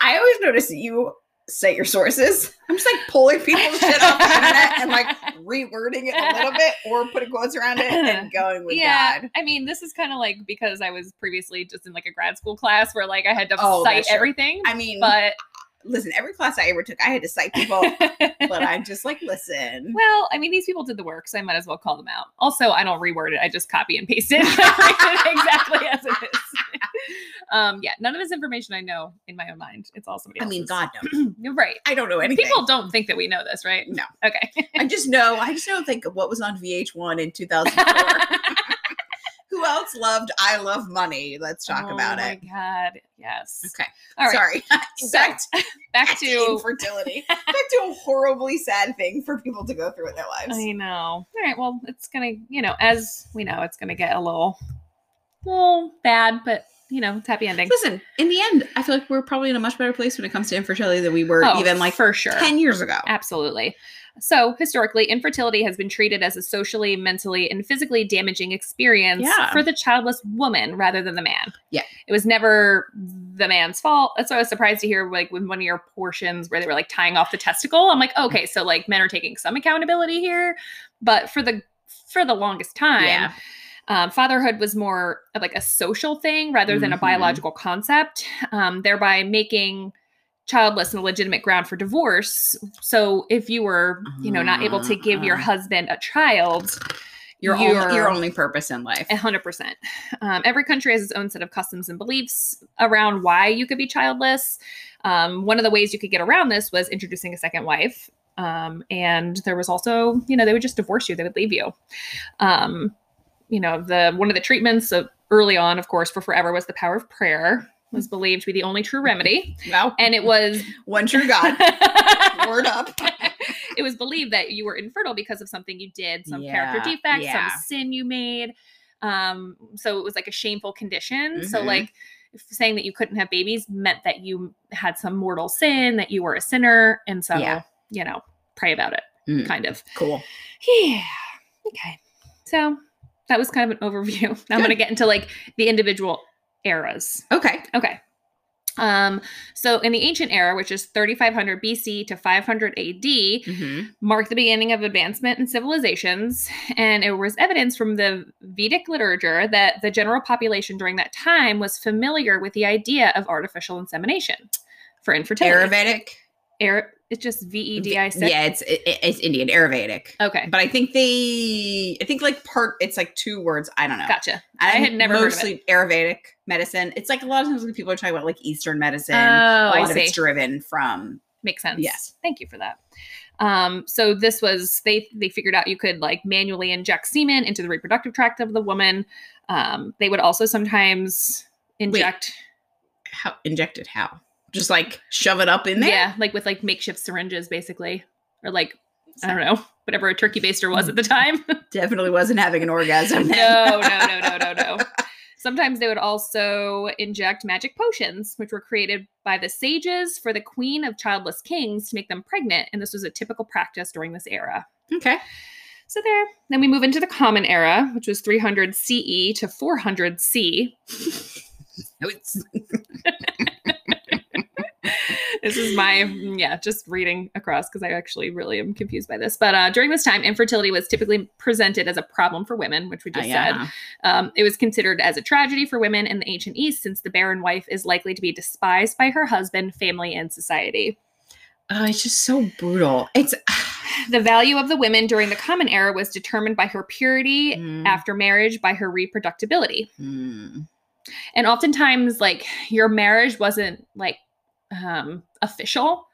I always notice that you cite your sources. I'm just like pulling people's shit off the internet and
<laughs>
like rewording it a little bit or putting quotes around it
<laughs>
and going with
yeah.
God.
I mean, this is kind of like because I was previously just in like a grad school class where like I had to
Oh,
cite
that's true.
everything.
I mean, <laughs>
But
listen, every class I ever took, I had to cite people, but I'm just like, listen.
<laughs> well, I mean, these people did the work, so I might as well call them out. Also, I don't reword it; I just copy and paste it <laughs> exactly as it is. <laughs> um, yeah, none of this information I know in my own mind. It's all somebody
I mean,
else's.
God knows.
You're right.
I don't know anything.
People don't think that we know this, right?
No.
Okay.
I just know. I just don't think of what was on VH1 in
<laughs>
2004. Who else loved I Love Money? Let's talk about
oh
it.
my God. Yes.
Okay.
All right.
Sorry. <laughs>
So,
Back
Back to. <laughs>
infertility. Back to a horribly sad thing for people to go through in their lives.
I know. All right. Well, it's gonna. You know, as we know, it's gonna get a little, little bad, but you know, it's happy ending.
Listen, in the end, I feel like we're probably in a much better place when it comes to infertility than we were
Oh,
even like
for sure.
10 years ago.
Absolutely. So, historically, infertility has been treated as a socially, mentally, and physically damaging experience
Yeah.
for the childless woman rather than the man.
Yeah.
It was never the man's fault. That's why I was surprised to hear, like, with one of your portions where they were like tying off the testicle. I'm like, okay, so like men are taking some accountability here, but for the for the longest time,
Yeah.
um, fatherhood was more of like a social thing rather than a
Mhm.
biological concept, um, thereby making childless and a legitimate ground for divorce. So if you were, you know, not able to give your
Ah.
husband a child,
Your,
Your-
only, your only purpose in life.
a 100%. Um, every country has its own set of customs and beliefs around why you could be childless. Um, one of the ways you could get around this was introducing a second wife. Um, and there was also, you know, they would just divorce you, they would leave you. Um, you know, the one of the treatments of early on, of course, for forever was the power of prayer, was believed to be the only true remedy.
Well,
And it was
one true God.
<laughs>
Word up.
it was believed that you were infertile because of something you did, some character
Yeah,
defect,
yeah.
some sin you made. Um, so it was like a shameful condition. So
Mhm.
like if saying that you couldn't have babies meant that you had some mortal sin, that you were a sinner, and so
Yeah.
you know, pray about it,
Mm.
kind of.
Cool.
Yeah. Okay. So that was kind of an overview. <laughs> Now I'm gonna get into like the individual eras.
Okay.
Okay. Um, so in the ancient era, which is 3500 BC to 500 AD,
Mm-hmm.
marked the beginning of advancement in civilizations, and it was evidence from the Vedic literature that the general population during that time was familiar with the idea of artificial insemination for infertility.
Ayurvedic.
Air, it's just V E D I C.
Yeah, it's it, it- it's Indian Ayurvedic.
Okay.
But I think they, I think like part, it's like two words. I don't know.
Gotcha.
I
had never heard of
mostly Ayurvedic medicine. It's like a lot of times when people are talking about like Eastern medicine.
Oh,
a lot
I
of
see.
it's driven from
Makes sense.
Yes.
Thank you for that. Um, so this was they they figured out you could like manually inject semen into the reproductive tract of the woman. Um, they would also sometimes inject
how injected how just like shove it up in there
Yeah, like with like makeshift syringes, basically, or like I don't know, <laughs> whatever a turkey baster was at the time.
definitely wasn't having an orgasm then.
<laughs> no, no, no, no, no, no. Sometimes they would also inject magic potions, which were created by the sages for the queen of childless kings to make them pregnant, and this was a typical practice during this era.
<laughs> okay
So there. Then we move E into the Common Era, which was 300 CE to 400 C.
notes.
this is my yeah just reading across because i actually really am confused by this but uh, during this time infertility was typically presented as a problem for women which we just said um, it was considered as a tragedy for women in the ancient east since the barren wife is likely to be despised by her husband family and society
Oh, it's just so brutal. It's <sighs>
the value of the women during the common era was determined by her purity
Mm,
after marriage by her reproductibility
mm.
and oftentimes like your marriage wasn't like um official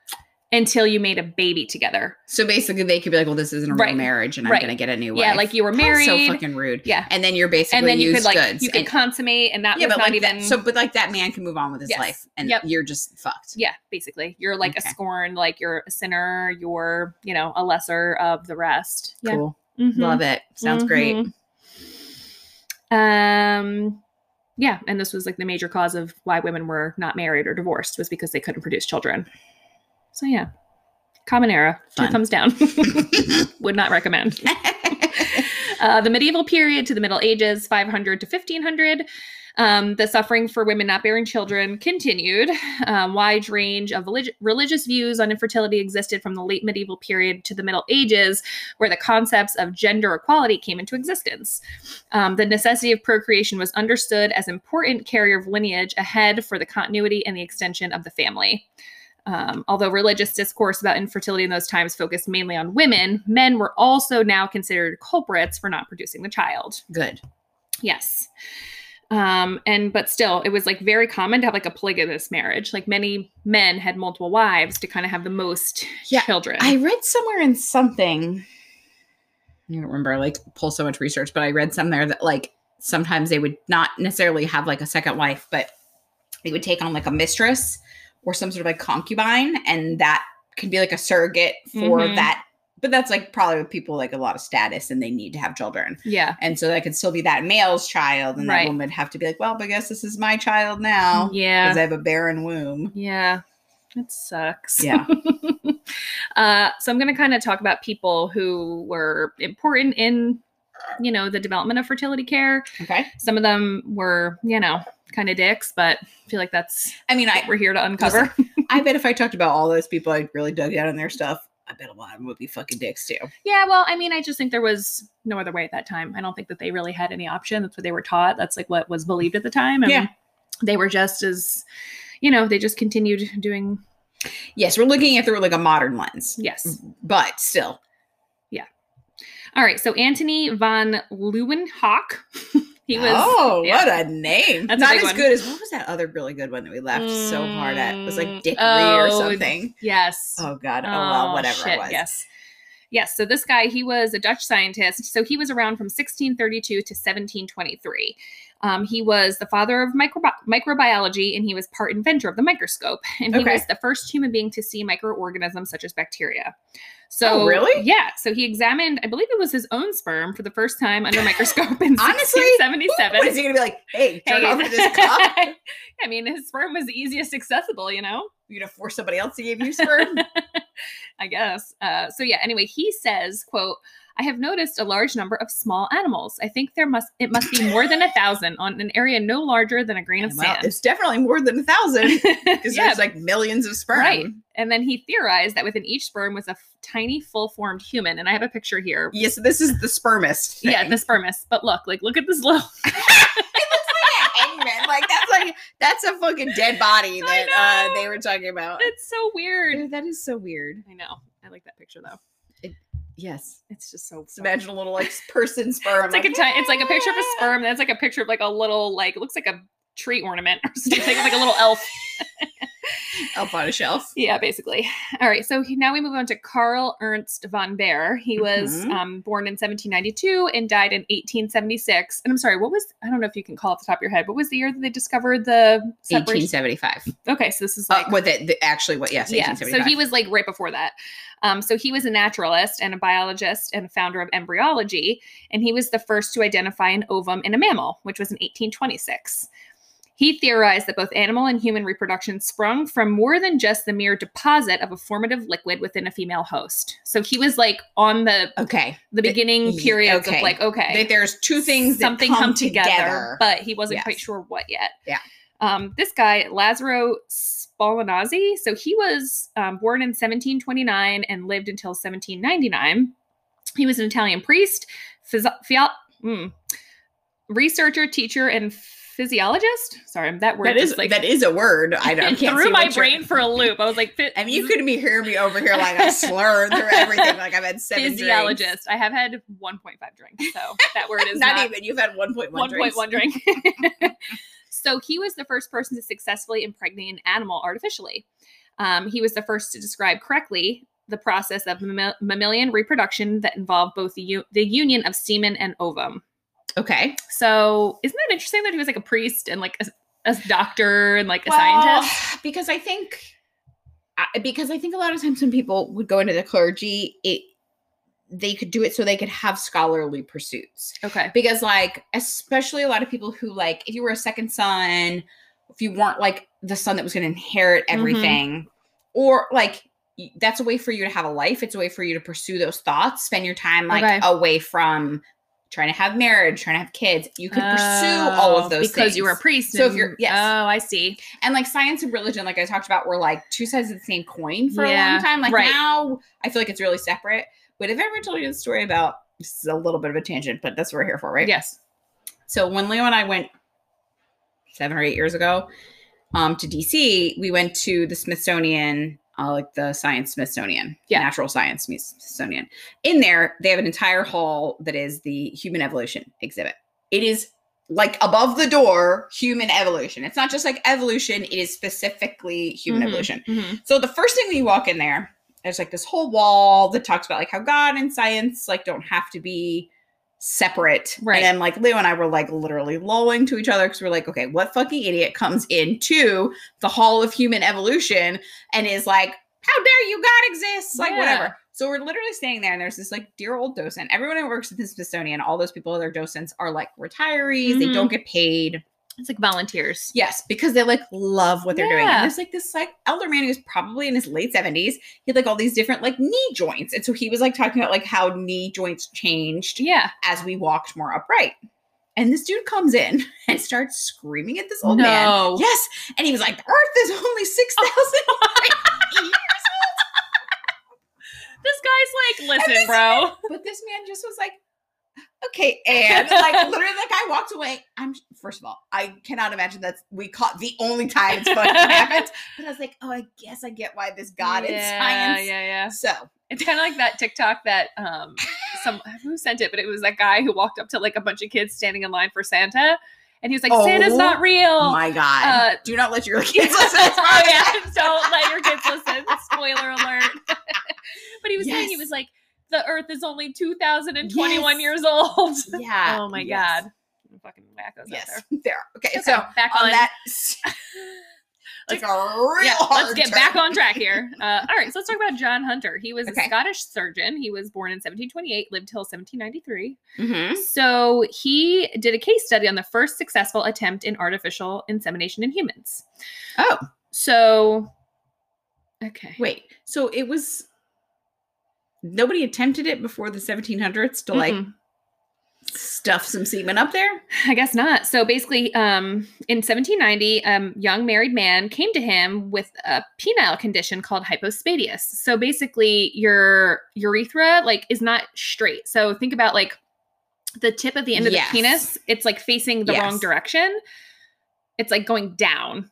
until you made a baby together
So basically, they could be like, "Well, this isn't a real
Right.
marriage, and
Right.
I'm going to get a new
yeah
wife."
like you were
That's
married
So fucking rude.
yeah
And then you're basically
and then you
used
could like
goods.
you could
and-
consummate and that
yeah,
was
but
not
like that-
even
so, but like that man can move on with his
Yes.
life, and
Yep.
you're just fucked.
yeah basically you're like
Okay.
a scorned like you're a sinner you're you know a lesser of the rest yeah
Cool.
Mhm.
Love it. Sounds great.
Mm-hmm. um yeah and this was like the major cause of why women were not married or divorced was because they couldn't produce children so yeah common era two
Fun.
thumbs down <laughs> would not recommend uh, the medieval period to the middle ages 500 to 1500 um, the suffering for women not bearing children continued um, wide range of relig- religious views on infertility existed from the late medieval period to the middle ages where the concepts of gender equality came into existence um, the necessity of procreation was understood as important carrier of lineage ahead for the continuity and the extension of the family um, although religious discourse about infertility in those times focused mainly on women, men were also now considered culprits for not producing the child.
<laughs> Good.
Yes. Um, and but still, it was like very common to have like a polygamous marriage. Like many men had multiple wives to kind of have the most
Yeah,
children.
I read somewhere in something. I don't remember. I like pull so much research, but I read somewhere that like sometimes they would not necessarily have like a second wife, but they would take on like a mistress or some sort of like concubine, and that can be like a surrogate for
Mhm.
that. But that's like probably with people like a lot of status and they need to have children.
yeah.
And so that could still be that male's child, and
Right.
that woman would have to be like, well, but I guess this is my child now
yeah.
because I have a barren womb.
Yeah. It sucks.
Yeah.
<laughs> uh, so I'm going to kind of talk about people who were important in, you know, the development of fertility care.
Okay.
Some of them were, you know, kind of dicks, but I feel like that's
I mean, I
what we're here to uncover.
I bet if I talked about all those people I really dug down on their stuff, I bet a lot of them would be fucking dicks too.
<laughs> yeah, well, I mean, I just think there was no other way at that time. I don't think that they really had any option. That's what they were taught. That's like what was believed at the time. And
Yeah.
they were just as, you know, they just continued doing,
Yes, we're looking at through like a modern lens,
yes.
but still.
All right. So Antony von Leeuwenhoek, <laughs> he was.
oh,
yeah.
what a name!
That's a
Not
big
as
one.
good as what was that other really good one that we laughed so hard at? It was like
Mm,
Dick Lee or
oh,
something.
Yes.
Oh god. Oh, well, whatever
shit,
it was.
Yes. Yes. So this guy, he was a Dutch scientist. So he was around from 1632 to 1723. Um, he was the father of microbi- microbiology and he was part inventor of the microscope. And he
Okay.
was the first human being to see microorganisms such as bacteria. So,
Oh, really?
Yeah. So he examined, I believe it was his own sperm for the first time under microscope in
<laughs> Honestly, What
1677.
is he gonna be like? Hey, turn
Hey.
over this
<laughs>
cup.
I mean, his sperm was the easiest accessible, you know?
You gonna force somebody else to give you
<laughs>
sperm?
I guess. Uh, so yeah. Anyway, he says, "quote I have noticed a large number of small animals. I think there must it must be more than a thousand on an area no larger than a grain of
well,
sand."
it's definitely more than a
<laughs>
thousand because
yeah.
there's like millions of sperm.
Right. And then he theorized that within each sperm was a f- tiny, full-formed human. And I have a picture here.
Yes, this is the spermist.
Yeah,
thing.
the spermist. But look, like, look at this little. <laughs>
hangman. Like that's like that's a fucking dead body
I
that uh,
know.
they were talking about.
It's so weird.
That is so weird.
I know. I like that picture though.
Yes.
It's just so.
Just imagine a little like person sperm.
It's like a ti- it's like a picture of a sperm. That's like a picture of like a little like it looks like a tree ornament or <laughs> something. It's like a little elf.
up on a shelf.
Yeah, basically. <laughs> All right. So he- now we move on to Carl Ernst von Baer. He was
Mhm.
um, born in 1792 and died in 1876. And I'm sorry, what was, I don't know if you can call off the top of your head, what was the year that they discovered the separation?
1875.
Okay. So this is
Uh,
like,
with it, the, actually, what? Yes,
yeah. So
1875.
he was like right before that. Um, so he was a naturalist and a biologist and founder of embryology. And he was the first to identify an ovum in a mammal, which was in 1826. He theorized that both animal and human reproduction sprung from more than just the mere deposit of a formative liquid within a female host. So he was like on the
okay.
the
Th-
beginning
ye-
periods
okay.
of like okay
That there's two things that
something
come,
come
together.
but he wasn't
Yes.
quite sure what yet.
Yeah.
Um, this guy, Lazaro Spalanazzi, so he was um, born in 1729 and lived until 1799. He was an Italian priest, phys- phio- mm, researcher, teacher, and physiologist. Sorry, that word
That
just,
is
like
that is a word.
<laughs>
I, don't, I can't
it
see
threw
what
my
you're-
brain for a loop. I was like, phy-
I mean, you could be hearing me over here like
<laughs>
I slurred through everything, like I've had seven drinks.
physiologist. I have had 1.5 drinks, so that word
<laughs>
is
Not, even. You've had one point one.
one point one drink. <laughs>
<laughs>
so he was the first person to successfully impregnate an animal artificially. Um, he was the first to describe correctly the process of mamma- mammalian reproduction that involved both the, u- the union of semen and ovum.
Okay.
So isn't that interesting that he was like a priest and like a, a doctor and like a
Well,
scientist?
because I think I- because I think a lot of times when people would go into the clergy, it they could do it so they could have scholarly pursuits.
Okay.
Because like especially a lot of people who like if you were a second son, if you weren't like the son that was going to inherit
Mm-hmm.
everything or like y- that's a way for you to have a life. It's a way for you to pursue those thoughts, spend your time like
Okay.
away from trying to have marriage, trying to have kids. You could pursue all
Oh,
of those
because you were a
things.
priest.
So if you're-
and-
yes.
Oh, I see.
And like science and religion, like I talked about, were like two sides of the same coin for a
Yeah,
long time. Like
right.
now, I feel like it's really separate. But if I ever told you the story about this is a little bit of a tangent, but that's what we're here for, right?
Yes.
So when Leo and I went seven or eight years ago um, to DC, we went to the Smithsonian, uh, like the Science Smithsonian,
Yeah.
Natural Science Smith- Smithsonian. In there, they have an entire hall that is the Human Evolution exhibit. It is like above the door, Human Evolution. It's not just like evolution; it is specifically Human
Mhm.
Evolution.
Mhm.
So the first thing when you walk in there, there's like this whole wall that talks about like how God and science like don't have to be separate.
Right.
And then like Leo and I were like literally lolling to each other because we're like, okay, what fucking idiot comes into the hall of human evolution and is like, how dare you God exists? Like
Yeah.
whatever. So we're literally staying there and there's this like dear old docent. Everyone who works at the Smithsonian, all those people, their docents are like retirees. They
Mhm.
don't get paid.
It's like volunteers.
Yes, because they like love what they're doing.
Yeah.
And there's like this like elder man who's probably in his late 70s. He had like all these different like knee joints. And so he was like talking about like how knee joints changed
Yeah.
as we walked more upright. And this dude comes in <laughs> and starts screaming at this old man.
No. Oh
Yes. And he was like, the earth is only
<laughs>
6,000 years
This guy's like,
<laughs> And
listen,
this
bro.
But this man just was like, okay, and
<laughs>
like literally, like I walked away. I'm first of all, I cannot imagine that's we caught the only time it's fucking
<laughs>
happened. But I was like, oh, I guess I get why this god in science.
Yeah, yeah.
So
It's kind of like that TikTok that um some who sent it, but it was that guy who walked up to like a bunch of kids standing in line for Santa, and he was like, "Santa's
Oh
not real." <laughs>
my god,
uh,
do not
<laughs>
let your kids
Yeah.
listen. to this
oh
podcast.
<laughs> yeah, don't let your kids listen. Spoiler alert. <laughs> but he was saying he
Yes.
was like, "The Earth is only two thousand and twenty-one
Yes.
years old."
yeah.
oh my
yes,
god, fucking wackos out
Yes,
there.
there. Okay,
Okay,
so
back
on
on, <laughs>
that. s- Took a real
yeah, let's
hard
get
turn.
back on
<laughs>
track here. Uh, all right, so let's talk about John Hunter. He was
Okay.
a Scottish surgeon. He was born in 1728, lived till 1793.
Mhm.
So he did a case study on the first successful attempt in artificial insemination in humans.
Oh,
So, okay.
wait. So it was nobody attempted it before the 1700s to like
Mm-mm.
stuff some semen up there.
I guess not. So basically, um, in 1790, um, young married man came to him with a penile condition called hypospadias. So basically, your urethra like is not straight. So think about like the tip of the end of
Yes.
the penis. It's like facing the wrong
Yes.
direction. It's like going down.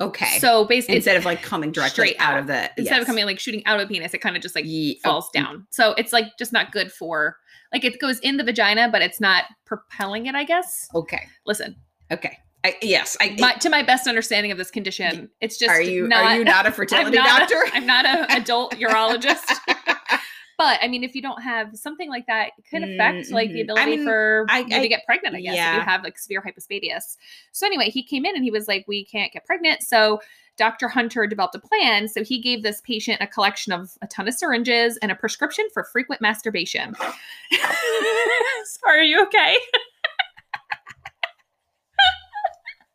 Okay. So
So basically,
instead of like coming directly
straight
out
out.
of the
instead
yes.
of coming like shooting out of the penis, it kind of just like
Ye- oh,
falls down. So it's like just not good for like it goes in the vagina, but it's not propelling it. I guess.
Okay.
Listen,
Okay. I, yes. I
my, to my best understanding of this condition, it's just
are you
not,
are you not a
<laughs> I'm
fertility
not
doctor?
A, <laughs> I'm not a adult urologist. But I mean, if you don't have something like that, it could affect like the
Mhm. I
ability
mean,
for
I-
you
I-
to get pregnant. I guess if
yeah.
you have like severe hypospadias. So anyway, he came in and he was like, "We can't get pregnant." So Dr. Hunter developed a plan. So he gave this patient a collection of a ton of syringes and a prescription for frequent masturbation. <laughs> Sorry, are you okay? <laughs>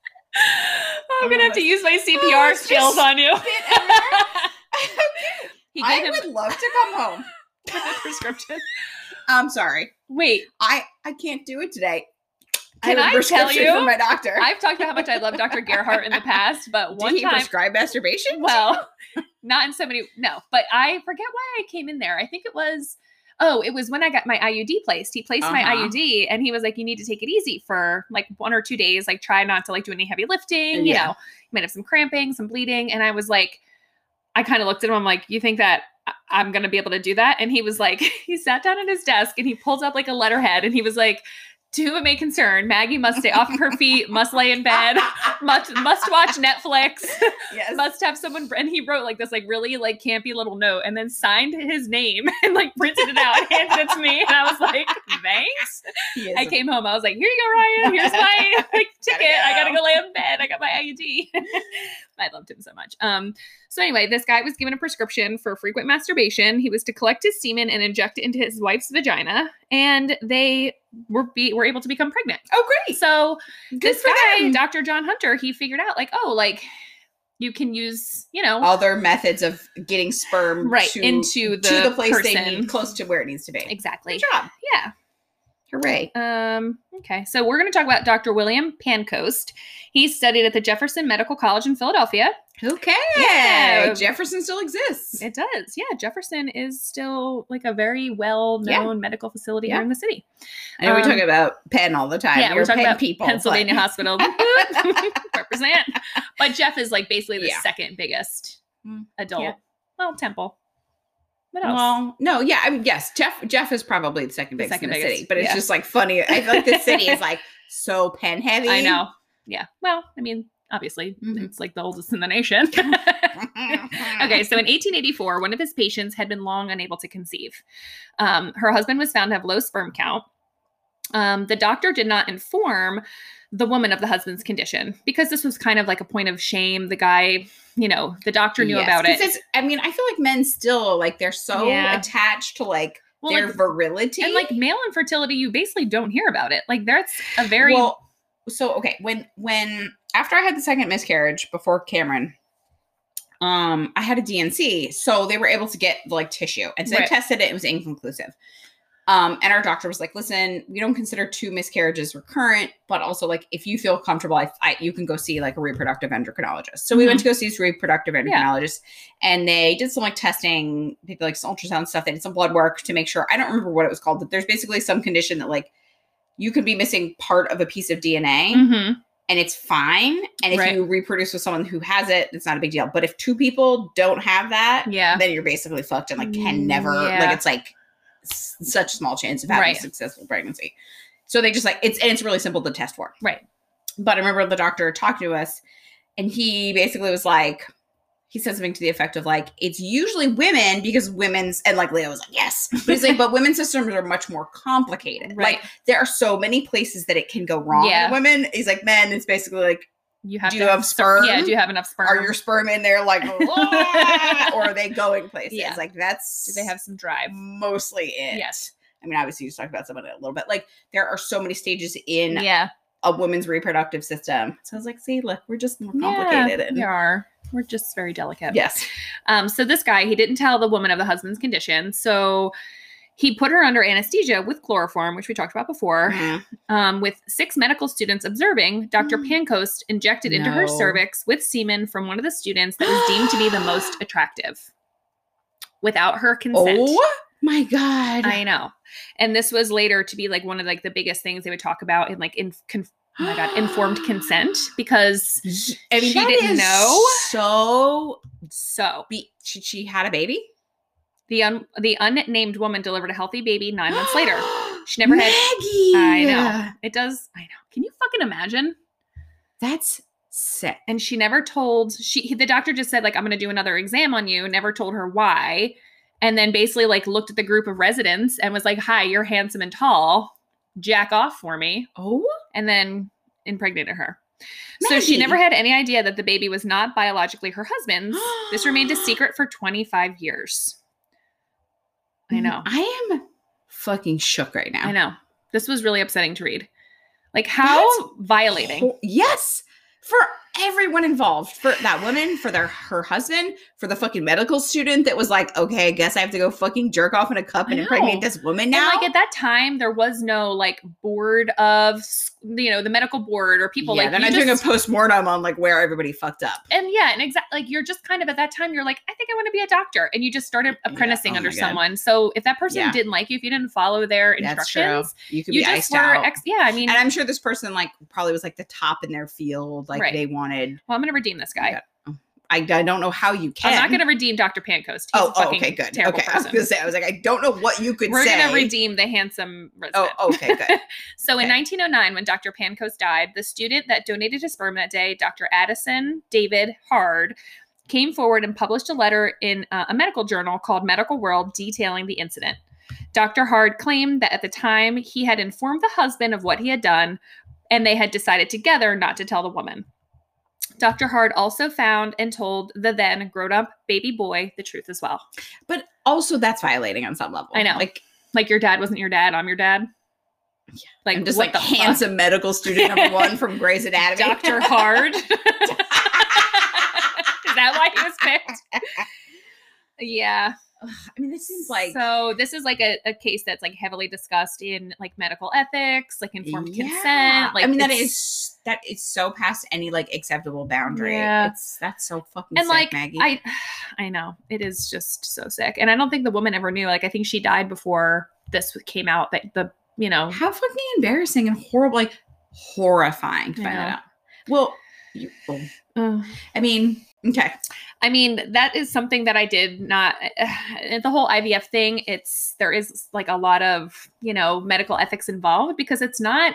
I'm gonna have to use my
Oh,
CPR
it's just
skills on you.
Spit everywhere.
he
<laughs>
gave
I
him <laughs>
would love to come home.
the prescription.
I'm sorry.
<laughs> Wait,
I I can't do it today. have
Can
a
I tell
prescription
you?
From my doctor.
I've talked about how much I love Dr. Gerhardt in the past, but <laughs>
Did
one
he
time,
prescribe masturbation?
<laughs> well, not in so many, no, but I forget why I came in there. I think it was, oh, it was when I got my IUD placed. He placed my
Uh-huh.
IUD and he was like, you need to take it easy for like one or two days, like try not to like do any heavy lifting, you
Yeah.
know, you might have some cramping, some bleeding. And I was like, I kind of looked at him, I'm like, you think that I- I'm going to be able to do that? And he was like, <laughs> he sat down at his desk and he pulled up like a letterhead and he was like, to whom it may concern, Maggie must stay off of her feet, must lay
<laughs>
in bed, must must watch Netflix,
yes.
must have someone. And he wrote like this, like really like campy little note, and then signed his name <laughs> and like printed it out and handed it to me. And I was like, thanks.
He is
I
a-
came home. I was like, here you go, Ryan.
<laughs>
Here's my like ticket. I gotta
go.
go lay in bed. I got my IUD. <laughs> I loved him so much. Um, so anyway, this guy was given a prescription for frequent masturbation. He was to collect his semen and inject it into his wife's vagina, and they were be were able to become pregnant.
Oh, great.
So
Good
this
for
guy,
them.
Dr. John Hunter, he figured out like, oh, like you can use, you know,
All their methods of getting sperm
right
to,
into the,
to the place
person.
they need, close to where it needs to be.
Exactly.
Good job.
Yeah.
Hooray.
Um, okay, so we're going to talk about Dr. William Pancoast. He studied at the Jefferson Medical College in Philadelphia.
Okay.
Yeah.
Jefferson still exists.
It does, yeah. Jefferson is still like a very well-known
Yeah.
medical facility
Yeah.
here in the city.
I know we
Um,
talk about Penn all the time.
yeah,
We're
we're talking
Penn
about
people. but-
Pennsylvania Hospital
<laughs>
represent. But Jeff is like basically the
Yeah.
second biggest
Mm,
adult.
yeah.
Well, Temple. What else?
Well, no, yeah, I mean, yes, Jeff. Jeff is probably the second
The
biggest
second
in the
biggest,
city, but it's
yeah.
just like
<laughs>
funny. I feel like the city is like so pen heavy. <laughs>
I know. Yeah. Well, I mean, obviously,
Mhm.
it's like the oldest in
<laughs>
the nation. okay, so in 1884, one of his patients had been long unable to conceive. Um, her husband was found to have low sperm count. Um, the doctor did not inform the woman of the husband's condition because this was kind of like a point of shame. The guy, you know, the doctor knew
Yes,
about
'cause
it.
it's- I mean, I feel like men still like they're so
Yeah.
attached to like
Well,
their
like,
virility
and like male infertility, you basically don't hear about it. Like that's a very
Well, so okay, when when after I had the second miscarriage before Cameron, um, I had a DNC, so they were able to get like tissue, and so
Right.
they tested it. It was inconclusive. Um, and our doctor was like, "Listen, we don't consider two miscarriages recurrent, but also like if you feel comfortable, I, I you can go see like a reproductive endocrinologist." So we
Mm-hmm.
went to go see this reproductive endocrinologist, and they did some like testing, they did, like some ultrasound stuff, they did some blood work to make sure. I don't remember what it was called, but there's basically some condition that like you could be missing part of a piece of DNA
Mhm.
and it's fine. And if
Right.
you reproduce with someone who has it, it's not a big deal. But if two people don't have that,
yeah.
then you're basically fucked and like
Mm,
can never
yeah.
like it's like s- such small chance of having
Right.
a successful pregnancy. So they just like it's and it's really simple to test for.
Right.
But I remember the doctor talked to us and he basically was like he said something to the effect of like it's usually women because women's and like Leo was like yes but he's like but women's systems are much more complicated
Right.
like there are so many places that it can go wrong in
Yeah.
women he's like men it's basically like
You have
do
to
you have sperm
yeah, do you have enough sperm?
are your sperm in there like <laughs> "Wah," or are they going places
Yeah.
like that's
do they have some drive?
mostly it
Yes.
i mean obviously you just talked about some of it a little bit like there are so many stages in
Yeah.
a woman's reproductive system so i was like see look we're just more complicated
Yeah,
and
we are. We're just very
<laughs>
delicate.
yes
Um, so this guy, he didn't tell the woman of the husband's condition. So he put her under anesthesia with chloroform, which we talked about before,
Mhm.
um, with six medical students observing. Dr.
Mm.
Pancoast injected into her
No.
cervix with semen from one of the students that was deemed to be the
<gasps>
most attractive without her consent.
oh my god
I know. And this was later to be like one of like the biggest things they would talk about in like in con- oh my god, informed
<gasps>
consent because
i mean
She
that
didn't
is
know?
so
so
be- she, she had a baby
the un- the unnamed woman delivered a healthy baby 9
<gasps>
months <gasps> later. She never had-
Maggie.
I know. It does. I know. Can you fucking imagine?
that's sick
And she never told she he- the doctor just said like I'm going to do another exam on you, never told her why. And then basically like looked at the group of residents and was like, "Hi, you're handsome and tall. Jack off for me."
oh
And then impregnated her. So she
Maggie.
never had any idea that the baby was not biologically her
<gasps>
husband's. this remained a secret for 25 years.
<laughs>
I know.
Mm-hmm. I am fucking shook right now.
I know. This was really upsetting to read. Like how violating.
Ho- Yes. For everyone involved for that woman, for their her husband, for the fucking medical student that was like, okay, I guess I have to go fucking jerk off in a cup
I
and
know.
impregnate this woman
And
now.
like at that time, there was no like board of s- you know the medical board or people
yeah,
like
they're
you
not doing a
just-
postmortem on like where everybody fucked up.
and yeah, and exactly like you're just kind of at that time you're like I think I want to be a doctor, and you just started
Yeah,
apprenticing
oh
under
my God.
someone. So if that person
Yeah.
didn't like you, if you didn't follow their
That's true.
instructions,
You could
you
be
just
iced
were
out.
ex- yeah. I mean,
and I'm sure this person like probably was like the top in their field. Like
Right.
they wanted.
well, I'm gonna redeem this guy.
Yeah, I, I don't know how you can.
I'm not gonna redeem Dr. Pancoast. He's
Oh,
a
oh,
fucking
okay, good. Okay,
Terrible
I was
person.
gonna say I was like I don't know what you could
We're
say.
gonna redeem the handsome
Oh,
resident.
okay,
<laughs>
good.
So in
Okay.
1909, when Dr. Pankos died, the student that donated his sperm that day, Dr. Addison David Hard, came forward and published a letter in uh, a medical journal called Medical World detailing the incident. Dr. Hard claimed that at the time he had informed the husband of what he had done, and they had decided together not to tell the woman. Dr. Hard also found and told the then grown up baby boy the truth as well.
But also that's violating on some level.
I know.
Like
Like, your dad wasn't your dad, I'm your dad. Like,
I'm just
what
like
the fuck?
handsome medical student
<laughs>
number one from Grey's Anatomy. <laughs>
Dr. Hard. Is that why he was picked? Yeah.
Ugh, I mean, this seems like
so this is like a, a case that's like heavily discussed in like medical ethics, like informed
Yeah.
consent. Like
I mean, that
it's-
is that is so past any like acceptable boundary.
Yeah.
It's that's so fucking
and
sick,
like
Maggie.
I <sighs> I know. It is just so sick. And I don't think the woman ever knew. Like I think she died before this came out that the you know
How fucking embarrassing and horrible, like horrifying to
I
find
know.
that out. Well, you, well,
Ugh.
I mean, okay.
I mean, that is something that I did not eh, the whole IVF thing, it's there is like a lot of, you know, medical ethics involved because it's not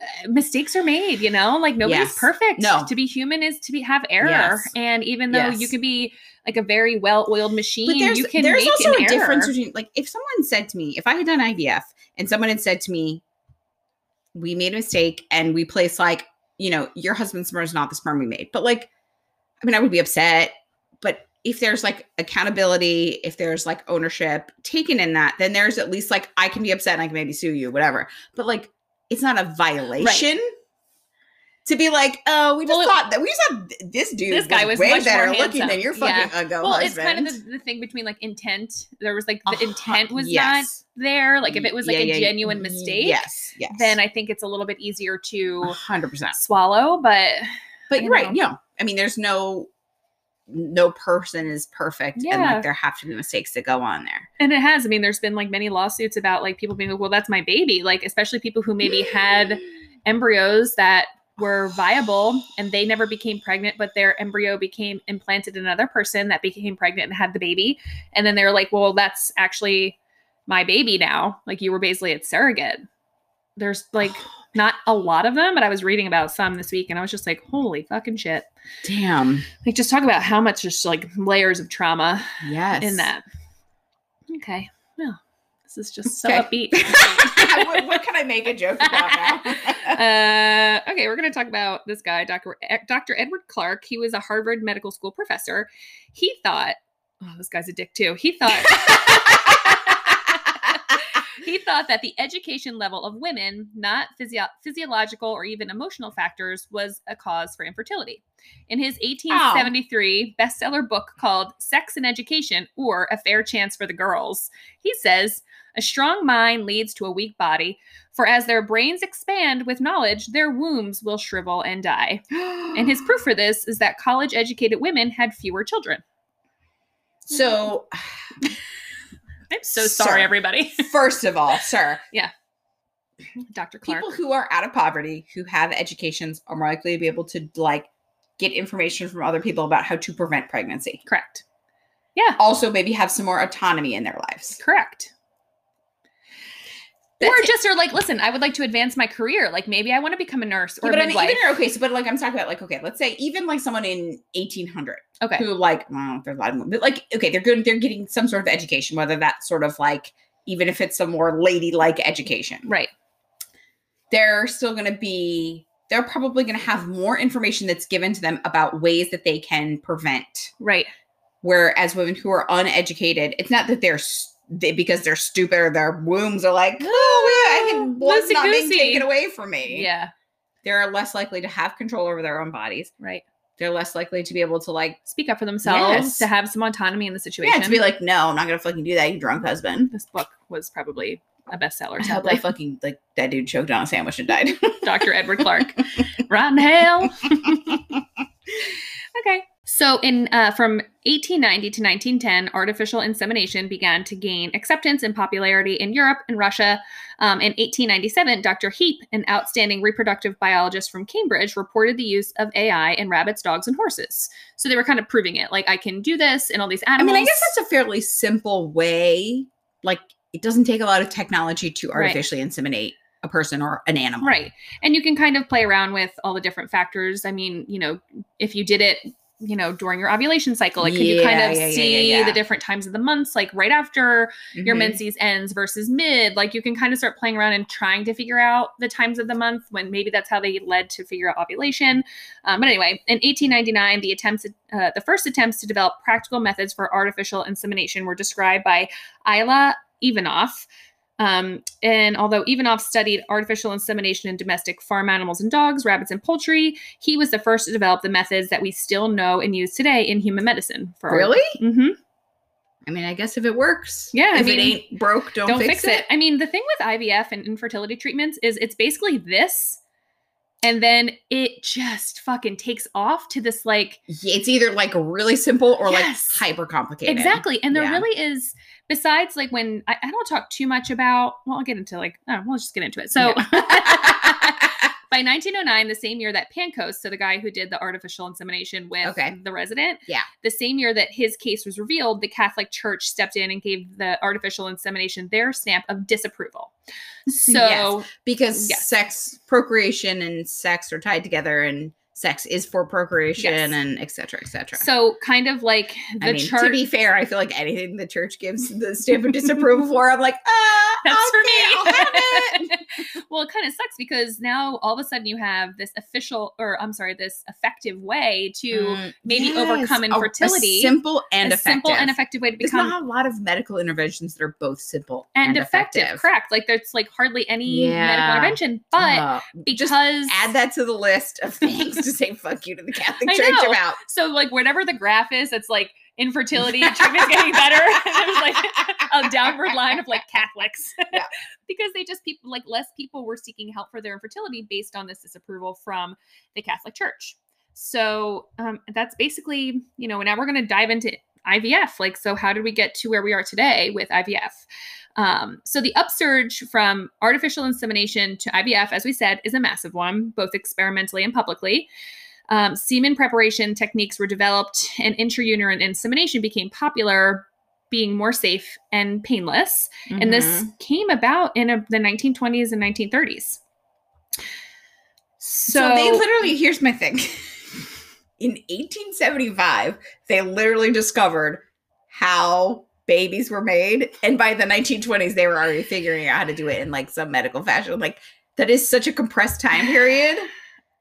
eh, mistakes are made, you know? Like nobody's
Yes.
perfect.
No.
To be human is to be have error.
Yes.
And even though you
Yes.
can be like a very well-oiled machine,
But there's
you can
there's
make
also
an
a
error.
difference between like if someone said to me, if I had done IVF and someone had said to me, we made a mistake and we placed like, you know, your husband's sperm is not the sperm we made. But like, I mean, I would be upset. But if there's like accountability, if there's like ownership taken in that, then there's at least like I can be upset and I can maybe sue you, whatever. But like it's not a violation. To be like, oh, we just
Well, it-
thought that we just thought th- this dude
This guy was
way
much more
better looking
handsome.
than your
Yeah.
fucking ugly
well,
husband.
it's kind of the, the thing between like intent. There was like the
Uh-huh.
intent was
Yes.
not there. Like if
Y-
it was like
yeah,
a
yeah,
genuine
y-
mistake,
Yes, yes.
then I think it's a little bit easier
<sighs>
to
hundred percent.
swallow, but
But
I
you're right.
know.
No, I mean, there's no no person is perfect, and
Yeah.
like there have to be mistakes that go on there.
And it has. I mean, there's been like many lawsuits about like people being like, well, that's my baby. Like, especially people who maybe had embryos that were viable and they never became pregnant, but their embryo became implanted in another person that became pregnant and had the baby. And then they're like, well, that's actually my baby now. Like, you were basically at surrogate. There's like not a lot of them, but I was reading about some this week and I was just like, holy fucking shit.
Damn.
Like, just talk about how much just like layers of trauma
Yes.
in that. Okay. Well, this is just so
Okay. <laughs>
upbeat.
what, what can I make a joke about
<laughs>
now?
uh, okay, we're going to talk about this guy, Dr. E- Dr. Edward Clark. He was a Harvard Medical School professor. He thought, oh, this guy's a dick too. He thought. He thought that the education level of women, not physio- physiological or even emotional factors, was a cause for infertility. In his 1873 bestseller book called Sex and Education or A Fair Chance for the Girls, he says, A strong mind leads to a weak body, for as their brains expand with knowledge, their wombs will shrivel and die.
<gasps>
And his proof for this is that college educated women had fewer children.
so
I'm so sorry,
Sir.
everybody.
first of all, sir,
Dr. <laughs> Clark.
people who are out of poverty who have educations are more likely to be able to like get information from other people about how to prevent pregnancy.
Correct.
Also, maybe have some more autonomy in their lives.
Correct.
That's
or
it.
just are like, listen, I would like to advance my career. Like maybe I want to become a nurse or
Yeah, but
a
I mean,
midwife.
even okay. So, but like I'm talking about, like okay, let's say even like someone in 1800
okay.
who like I don't know if there's a lot of women, but like okay, they're good. They're getting some sort of education, whether that's sort of like even if it's a more ladylike education,
Right.
they're still going to be. They're probably going to have more information that's given to them about ways that they can prevent.
Right.
Whereas women who are uneducated, it's not that they're s- they, because they're stupid or their wombs are like, oh, yeah, I
Oh,
think blood's not being
loosey-goosey."
taken away from me.
Yeah.
They're less likely to have control over their own bodies.
right?
They're less likely to be able to like,
Speak up for themselves
Yes.
to have some autonomy in the situation.
yeah, to be like, no, I'm not gonna fucking do that. You drunk <laughs> husband.
this book was probably a bestseller.
I hope
Sadly,
that fucking like that dude choked on a sandwich and died.
Dr. Edward Clark. Rotten hell. okay. So in uh, from 1890 to 1910, artificial insemination began to gain acceptance and popularity in Europe and Russia. Um, in 1897, Dr. Heap, an outstanding reproductive biologist from Cambridge, reported the use of AI in rabbits, dogs, and horses. So they were kind of proving it, like I can do this in all these
<laughs> I
animals.
mean, I guess that's a fairly simple way. Like, it doesn't take a lot of technology to
Right.
artificially inseminate a person or an animal.
Right. And you can kind of play around with all the different factors. I mean, you know, if you did it, you know, during your ovulation cycle, like can you kind
Yeah,
of
yeah, yeah, yeah,
see
yeah.
the different times of the months, like right after your
Mhm.
menses ends versus mid? Like you can kind of start playing around and trying to figure out the times of the month when maybe that's how they led to figure out ovulation. Um, but anyway, in 1899, the attempts, uh, the first attempts to develop practical methods for artificial insemination were described by Isla Ivanov. Um, and although Ivanov studied artificial insemination in domestic farm animals and dogs, rabbits, and poultry, he was the first to develop the methods that we still know and use today in human medicine. For
Really?
hmm
I mean, I guess if it works.
Yeah, I
If
mean,
it ain't broke, don't,
Don't, fix, it. I mean, the thing with IVF and infertility treatments is it's basically this, and then it just fucking takes off to this like
Yeah, It's either like really simple or
Yes.
like hyper complicated.
Exactly. And there
Yeah.
really is, besides like when I, I don't talk too much about, well, I'll get into like, oh, we'll just get into it. So <laughs>
<laughs>
by 1909, the same year that Pancos, so the guy who did the artificial insemination with
Okay.
the resident,
Yeah.
the same year that his case was revealed, the Catholic Church stepped in and gave the artificial insemination their stamp of disapproval. So,
because
Yes.
sex, procreation, and sex are tied together, and sex is for procreation,
Yes.
and et cetera, et cetera.
so kind of like the
I mean,
church.
to be fair, I feel like anything the church gives the stamp of disapproval for, I'm like, ah,
<laughs> That's for
okay, I'll have
<laughs>
it.
me. well, it kind of sucks because now all of a sudden you have this official, or I'm sorry, this effective way to
Mm,
maybe overcome
a-
infertility,
A simple and
a
effective.
simple and effective way to
There's
become
not a lot of medical interventions that are both simple
and, effective. Correct. Like there's like hardly any medical
Yeah.
intervention, but
Uh,
because
just add that to the list
<laughs>
of things to say fuck you to the Catholic
I
Church
know.
about.
so like whatever the graph is, it's like
<laughs>
infertility treatment's getting <laughs> better. <laughs> it was like a downward
<laughs>
line of like Catholics
Yeah.
<laughs> because they just people like less people were seeking help for their infertility based on this disapproval from the Catholic Church. So um, that's basically you know and now we're going to dive into IVF. Like so, how did we get to where we are today with IVF? Um, so the upsurge from artificial insemination to IVF, as we said, is a massive one, both experimentally and publicly. Um, semen preparation techniques were developed, and intrauterine insemination became popular, being more safe and painless. And
Mm-hmm.
this came about in a, the 1920s and 1930s. So,
So, they literally, here's my thing. <laughs> In 1875, they literally discovered how babies were made. And by the 1920s, they were already figuring out how to do it in like some medical fashion. Like, that is such a compressed time
<sighs>
period.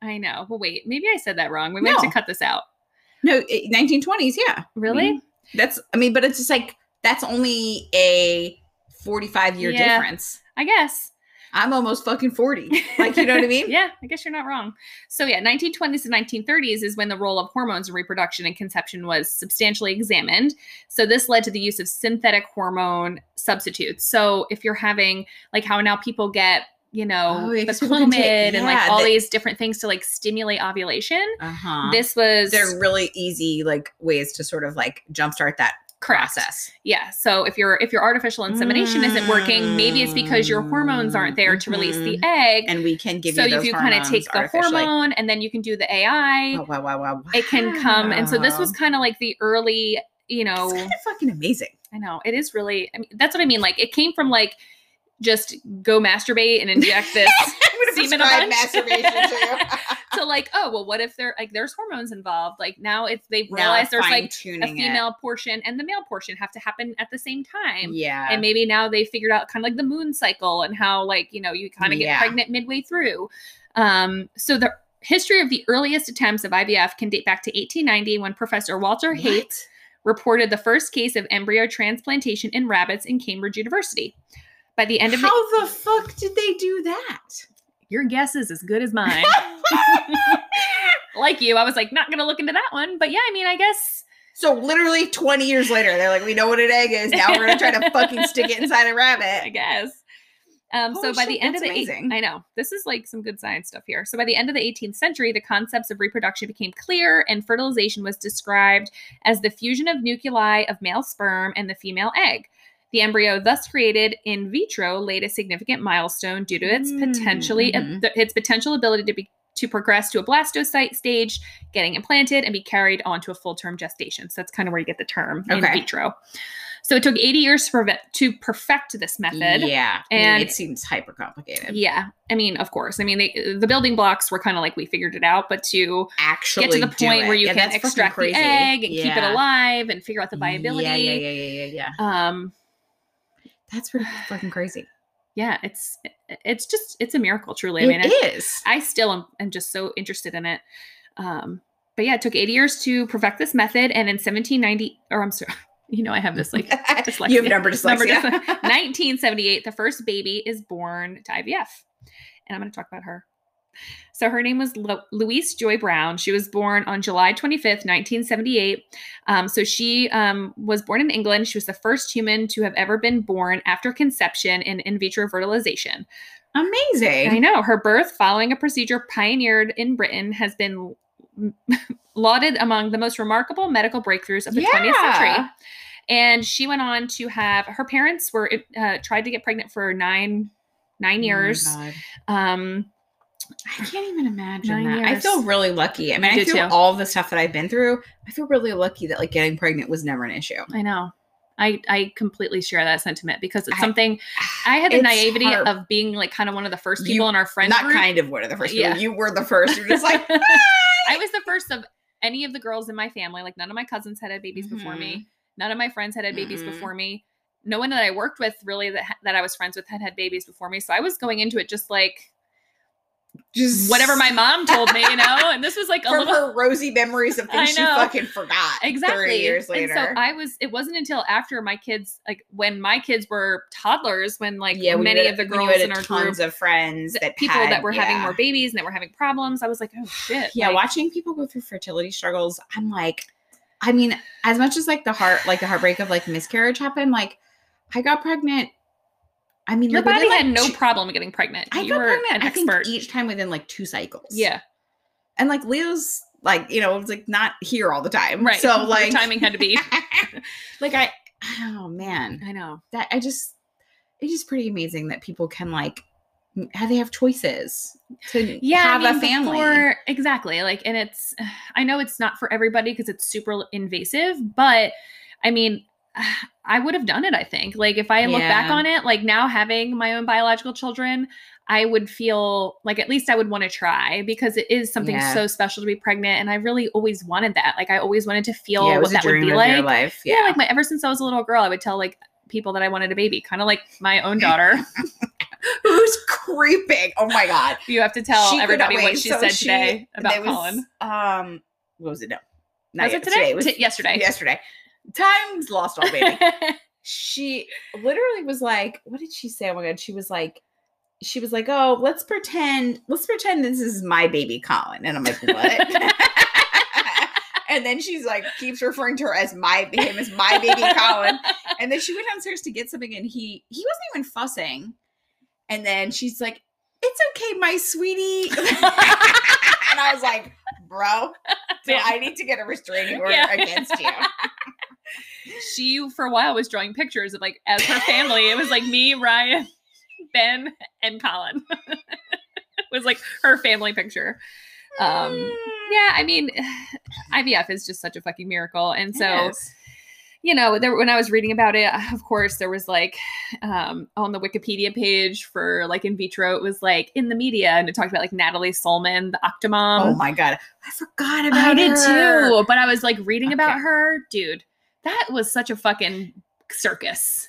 I know. Well, wait, maybe I said that wrong. We might have to
No.
cut this out.
No, i- 1920s, yeah.
Really?
Mm-hmm. That's, I mean, but it's just like, that's only a 45 year
Yeah.
difference.
I guess.
I'm almost fucking 40. Like, you know
<laughs>
what I mean?
yeah, I guess you're not wrong. So yeah, 1920s and 1930s is when the role of hormones in reproduction and conception was substantially examined. So this led to the use of synthetic hormone substitutes. So if you're having like how now people get you know
Oh, yeah,
the
'cause people can
Clomid
take-
and like
yeah,
all
the-
these different things to like stimulate ovulation.
Uh huh.
This was
They're really easy, like, ways to sort of like jumpstart that
correct.
process.
Yeah. So if your if your artificial insemination isn't working, maybe it's because your hormones aren't there to release the egg.
Mm-hmm. and we can give
so
you
if
those
you kind
kind
of take the hormone and then you can do the AI,
wow, wow, wow, wow.
it can come. And so this was
Wow.
kind of like the early, you know,
it's kind of fucking amazing.
I know it is really, I mean, that's what I mean. Like it came from like just go masturbate and inject this
<laughs> I'm
Semen a bunch. <laughs> to like, oh, well, what if there, like, there's hormones involved? Like now if they realize there's like a female portion and the male portion have to happen at the same time.
Yeah.
And maybe now they figured out kind of like the moon cycle and how like, you know, you kind of get
Yeah.
pregnant midway through. Um, so the history of the earliest attempts of IVF can date back to 1890 when Professor Walter Haight
What?
reported the first case of embryo transplantation in rabbits in Cambridge University. By the end of the
How the fuck did they do that?
your guess is as good as mine. <laughs> like you, I was like, not going to look into that one. But yeah, I mean, I guess
So literally 20 years later, they're like, we know what an egg is. Now we're gonna try to fucking stick it inside a
<laughs> I
rabbit.
guess. Um, so
Holy
by the
shit,
end of
that's
the eight-
amazing.
I know this is like some good science stuff here. So by the end of the 18th century, the concepts of reproduction became clear, and fertilization was described as the fusion of nuclei of male sperm and the female egg. The embryo thus created in vitro laid a significant milestone due to its potentially
Mhm.
th- its potential ability to be to progress to a blastocyte stage, getting implanted and be carried on to a full term gestation. So that's kind of where you get the term in
Okay.
vitro. So it took 80 years to, prevent, to perfect this method.
Yeah. And
And-
it seems hyper complicated.
Yeah. I mean, of course. I mean, they, the building blocks were kind of like we figured it out, but to
Actually,
get to the
do
point
it.
where you
Yeah,
can
that's fucking
extract the
crazy.
egg and keep it
Yeah.
alive and figure out the viability.
Yeah, yeah, yeah, yeah, yeah, yeah.
Um,
That's pretty fucking
<sighs>
crazy.
yeah, it's it's just it's a miracle, truly. I mean,
It
I,
is.
I still am, am just so interested in it. Um, but yeah, it took 80 years to perfect this method, and in 1790, or I'm sorry, <laughs> you know, I have this like
<laughs> you have
dyslexia.
number
Number
dyslexia.
dyslex- 1978, the first baby is born to IVF. And I'm going to talk about her. So her name was Lo- Louise Joy Brown. She was born on July 25th, 1978. Um, so she um, was born in England. She was the first human to have ever been born after conception in in vitro fertilization.
<laughs> Amazing.
I know her birth following a procedure pioneered in Britain has been <laughs> lauded among the most remarkable medical breakthroughs of the 20th
Yeah.
century. And she went on to have her parents were uh, tried to get pregnant for nine nine years.
Oh my God.
um,
I can't even imagine
Nine
that. I feel
years.
really lucky. I mean,
I
I,
do
feel
too.
all the stuff that I've been through. I feel really lucky that like getting pregnant was never an issue.
I know. I, I completely share that sentiment because it's
I-
something I had the
It's
naivety
hard.
of being like kind of one of the first
You-
people in our friend
Not
group.
kind of one of the first.
Yeah.
People. You were the first. You're just like
<laughs> I was the first of any of the girls in my family. Like none of my cousins had had babies before
Mm-hmm.
me. None of my friends had had babies
Mm-mm.
before me. No one that I worked with really that ha- that I was friends with had had babies before me. So I was going into it just like
just
whatever my mom told me, you know. And this was like
<laughs>
a
from
little
her rosy memories of
I
things she
know.
fucking forgot.
exactly
Thirty years later.
And so I was. It wasn't until after my kids, like when my kids were toddlers, when like
yeah, when you
many
had-
of the
when you
girls
had
in our group,
tons of friends
th-
that
people
had-
that were having
yeah.
more babies and that were having problems, I was like, oh shit.
yeah
like,
watching people go through fertility struggles i'm like i mean as much as like the heart like the heartbreak of like miscarriage happened like i got pregnant i mean
Your
like, within,
body had
like,
no
two-
problem getting pregnant.
i
you
got
were
pregnant
an
i
expert.
think each time within like two cycles
yeah,
and like leo's like you know it's like not here all the time
right.
so
Your
like <laughs>
timing had to be.
like i oh man
I know.
that i just it's just pretty amazing that people can like m- how they have choices to
Yeah,
have
I mean,
a family
before- exactly. Like, and it's I know it's not for everybody because it's super invasive, but I mean. <sighs> I would have done it, I think. Like, if I look back
Yeah.
on it, like now having my own biological children, I would feel like at least I would want to try because it is something
Yeah.
so special to be pregnant. And I really always wanted that. Like, I always wanted to feel
yeah, it
what
was a
that would
dream
be
of
like.
your life
yeah. like my ever since I was a little girl, I would tell like people that I wanted a baby, kind of like my own daughter. <laughs>
<gasps> who's creeping. Oh my god.
you have to <laughs> tell
She could
everybody
not
what
wait.
she
So
said today about
there was,
Colin.
Um, what was it? No, not
Was
yet.
it today?
was
T- yesterday. <laughs>
yesterday. Times lost all baby. <laughs> she literally was like, "What did she say?" Oh my god, she was like. She was like, "Oh, let's pretend. Let's pretend this is my baby, Colin." And I'm like,
<laughs>
"What?" <laughs> and then she's like, keeps referring to her as my him as my baby,
<laughs>
Colin. And then she went downstairs to get something, and he he wasn't even fussing. And then she's like, "It's okay, my sweetie." <laughs> and I was like, "Bro, so
Yeah.
I need to get a restraining order
Yeah.
against
<laughs>
you."
<laughs> she for a while was drawing pictures of like as her family. It was like me, Ryan, <laughs> Ben, and Colin. <laughs> it was like her family picture. Um yeah, I mean <sighs> IVF is just such a fucking miracle. And so
Yes.
you know, there when I was reading about it, <sighs> of course, there was like um, on the Wikipedia page for like in vitro, it was like in the media, and it talked about like Natalie Solman, the
oh
Octomom.
my god, I forgot about.
um, I did
her.
too, but I was like reading about
Okay.
her, dude. That was such a fucking circus.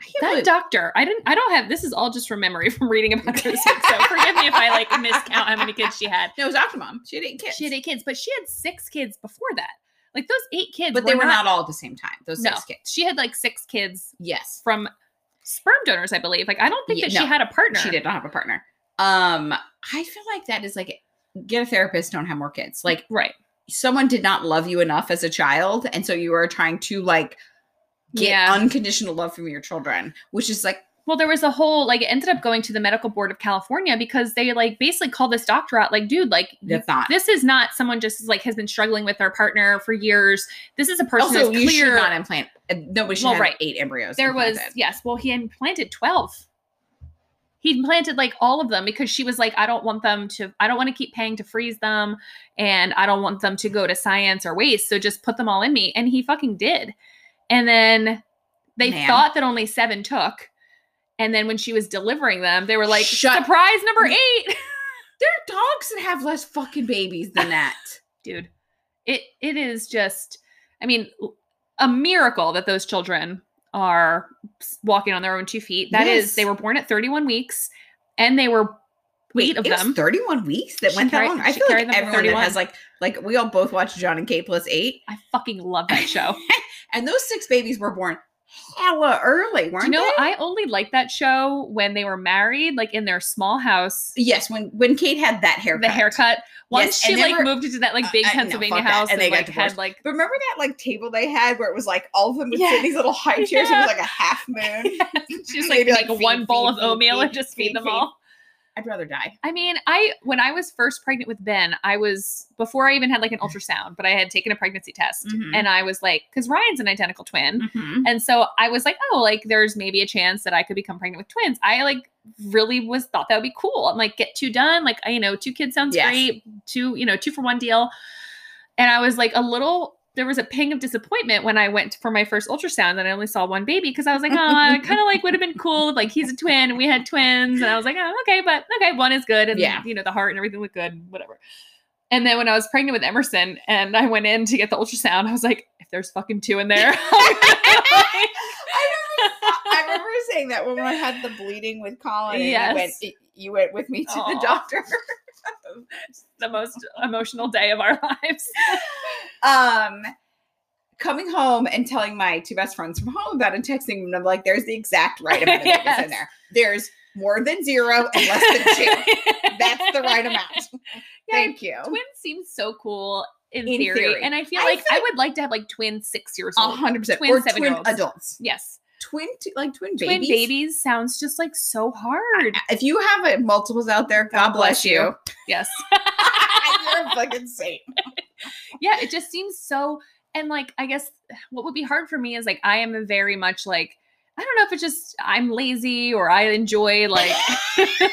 I can't
That
believe-
doctor, I didn't, I don't have. This is all just from memory <laughs> from reading about her. So forgive me if I like miscount how many kids she had.
no, it was Octomom. She didn't kiss.
She had eight kids, but she had six kids before that. Like those eight kids,
but they were not all at the same time. Those
No,
six kids.
she had like six kids
Yes,
from sperm donors, I believe. Like I don't think
Yeah,
that
no,
she had a partner.
she did not have a partner. Um, I feel like that is like get a therapist, don't have more kids. Like
Right.
someone did not love you enough as a child, and so you are trying to like get
Yeah.
unconditional love from your children, which is like
Well, there was a whole like it ended up going to the medical board of California because they like basically called this doctor out like, dude, like you-
that's not.
this is not someone just like has been struggling with their partner for years. This is a person
Also,
that's
you should
clear.
not implant. uh, Nobody should
Well,
have
right.
eight embryos.
there was
implanted.
yes, well, he implanted twelve. He implanted like all of them because she was like, I don't want them to, I don't want to keep paying to freeze them, and I don't want them to go to science or waste. So just put them all in me, and he fucking did. And then they
Man.
thought that only seven took. And then when she was delivering them, they were like,
Shut-
surprise number eight.
there are dogs that have less fucking babies than <laughs> that.
dude it it is just i mean l- a miracle that those children are s- walking on their own two feet That is, they
Yes.
were born at 31 weeks and they were eight of
it
them
was thirty-one weeks that
She
went that
carried-
long. I
she
feel
carried
like
them for
everyone that
31.
has like like we all both watched John and Kate plus eight.
i fucking love
<laughs>
that show
and those six babies were born hella early,
Do
weren't
you know
they?
i only liked that show when they were married like in their small house
Yes, when when Kate had that haircut.
the haircut once
Yes, and
she
they
like
were-
moved into that
uh,
like big
uh, no,
pennsylvania
fuck that.
house
And
and,
they got
like
divorced.
had like
<laughs> But remember that like table they had where it was like all of them would sit in
Yeah.
these little high chairs and it was
Yeah.
like a <laughs> half moon. They'd
just like
be
make
like,
one
feed,
bowl
feed,
of
feed,
oatmeal and
feed,
just
feed,
feed them
feed.
all
I'd rather <laughs> die.
I mean, I when I was first pregnant with Ben, I was before I even had like an ultrasound, but I had taken a pregnancy test
Mhm.
and I was like cuz Ryan's an identical twin.
Mm-hmm.
And so I was like, oh, like there's maybe a chance that I could become pregnant with twins. I like really was thought that would be cool. I'm like, get two done. Like, I- you know, two kids sounds
Yes.
great. Two, you know, two for one deal. And I was like, a little, there was a ping of disappointment when I went for my first ultrasound and I only saw one baby because I was like, oh, I kind of like would have been cool if like he's a twin and we had twins. And I was like, oh, okay, but okay, one is good. And,
Yeah.
you know, the heart and everything looked good, whatever. And then when I was pregnant with Emerson and I went in to get the ultrasound, I was like, if there's fucking two in
<laughs>
there. <laughs>
I remember saying that when I had the bleeding with Colin. and
Yes.
You went, y- you went with me to the
Aw.
doctor. <laughs>
the most emotional day of our lives.
<laughs> um coming home and telling my two best friends from home about it and texting them and I'm like there's the exact right amount of <laughs> babies in
Yes.
there there's more than zero and less than two
<laughs>
that's the right amount <laughs> thank you
Twins seem so cool in,
In
theory,
theory.
and I feel
I
like
feel Uh-huh.
I would like to have like twin six years
A
old.
100%
Twin
or twin
seven-year-olds.
adults
Yes,
twin t- like twin
twin
babies
babies sounds just like so
<laughs>
hard.
if you have uh, multiples out there god, bless
bless <laughs> you.
you <laughs>
yes,
you're a fucking saint
yeah, it just seems so. And like, I guess what would be hard for me is like I am a very much like I don't know if it's just I'm lazy or I enjoy
<laughs>
like.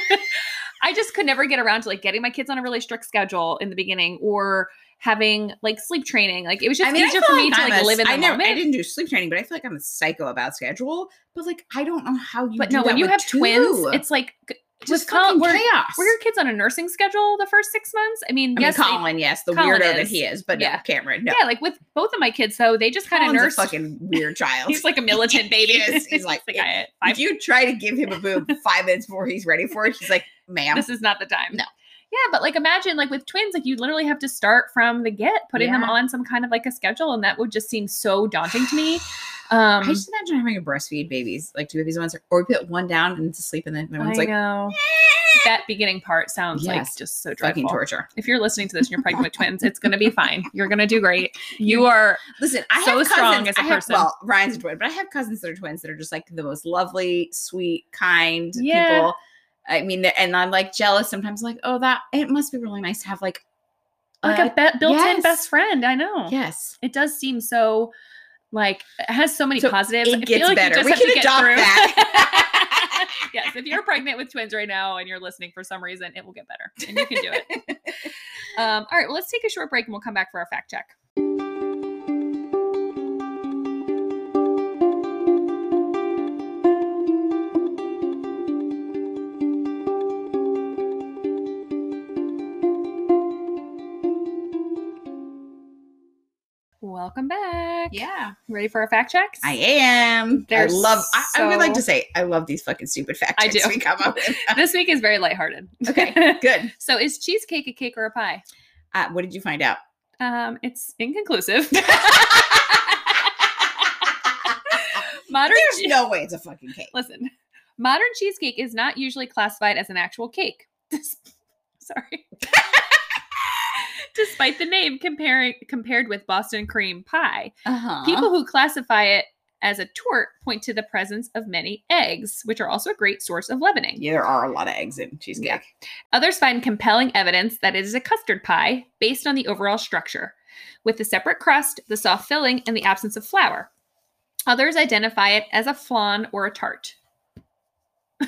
<laughs> I just could never get around to like getting my kids on a really strict schedule in the beginning or having like sleep training. Like it was just easier for
feel
me to
I'm
like
a-
live in the
I never- I
moment.
didn't do sleep training, but I feel like I'm a psycho about schedule. But like, I don't know how you.
But
do
no, when
that
you
with
have twins,
two.
it's like g-
just
with Colin,
fucking
were,
chaos.
were your kids on a nursing schedule the first six months? I mean,
I
yes,
mean,
they-
Colin, yes, the
Colin
weirdo that
is.
he is, but no,
Yeah.
Cameron, no.
yeah, like with both of my kids, though they just kind of
Colin's
nursed.
a fucking
<laughs>
weird child.
he's like a militant
<laughs>
baby.
He
<laughs>
is. He's like,
I, I-
if you try to give him a boob five minutes before he's ready for it, he's like, ma'am.
this is not the time.
No.
Yeah, but like imagine like with twins, like you literally have to start from the get, putting
Yeah.
them on some kind of like a schedule, and that would just seem so daunting
<sighs>
to me. Um,
I just imagine having a breastfeed babies, like two babies at once, or we put one down and it's asleep, and then the other
I
one's like
know that beginning part sounds
Yes.
like just so
fucking
dreadful.
torture.
If you're listening to this and you're pregnant with twins, it's gonna be fine. You're gonna
<laughs>
do great. You are
Listen, I
So
have cousins,
strong as a
I have-
person.
Well, Ryan's a twin, but I have cousins that are twins that are just like the most lovely, sweet, kind
Yeah.
people. I mean, and I'm like jealous sometimes, like, oh, that it must be really nice to have like,
like
uh,
a be- built-in
yes.
best friend. I know.
yes.
It does seem so like it has so many
So
positives.
it
I feel
gets
like you
better.
just
We
have to
can
get
adopt
through.
that.
<laughs> yes, if you're pregnant with twins right now and you're listening for some reason, it will get better and you can do it.
<laughs>
Um, all right, well, let's take a short break and we'll come back for our fact check. Welcome back.
Yeah,
Ready for our fact checks?
I am. I
They're
love. I, I would like to
so-
say I love these fucking stupid <laughs> fact
I
checks
do.
we come up with. <laughs>
This week is very lighthearted.
Okay, <laughs> good.
so is cheesecake a cake or a pie?
Uh, what did you find out?
Um, it's
<laughs>
inconclusive. <laughs> Modern
There's
che-
no way it's a fucking cake.
listen. Modern cheesecake is not usually classified as an actual cake. <laughs> dis-
<laughs>
sorry. Despite the name comparing compared with Boston cream pie,
Uh-huh.
people who classify it as a tort point to the presence of many eggs, which are also a great source of leavening.
yeah, there are a lot of eggs in cheesecake.
Yeah. Others find compelling evidence that it is a custard pie based on the overall structure, with a separate crust, the soft filling, and the absence of flour. Others identify it as a flan or a tart.
<laughs>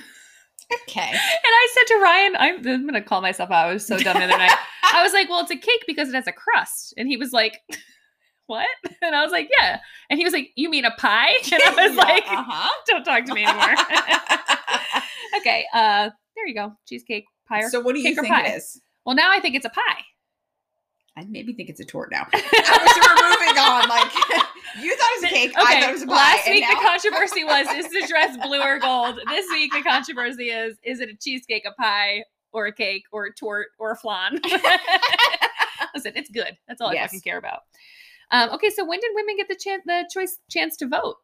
Okay.
And I said to Ryan, I'm, I'm going to call myself out. I was so dumb the other <laughs> night. I was like, well, it's a cake because it has a crust. And he was like, <laughs> what? And I was like, yeah. And he was like, you mean a pie? And <laughs> I <laughs> was
Yeah,
like,
uh-huh.
don't talk to me <laughs> anymore. <laughs> okay. Uh, there you go. Cheesecake pie.
<laughs>
or-
so what do you
cake or
think
pie?
it is?
well, now I think it's a pie.
I maybe think it's a tort
<laughs>
now. so we're moving on. Like <laughs> you thought it was a cake, I thought it was a pie.
Last
and
week
now-
the controversy was is the
<laughs>
dress blue or gold? This week the controversy is is it a cheesecake, a pie, or a cake, or a tort, or a flan?
<laughs>
<laughs> Listen, it's good. That's all I
Yes.
fucking care about. Um, okay, so when did women get the chance the choice chance to vote?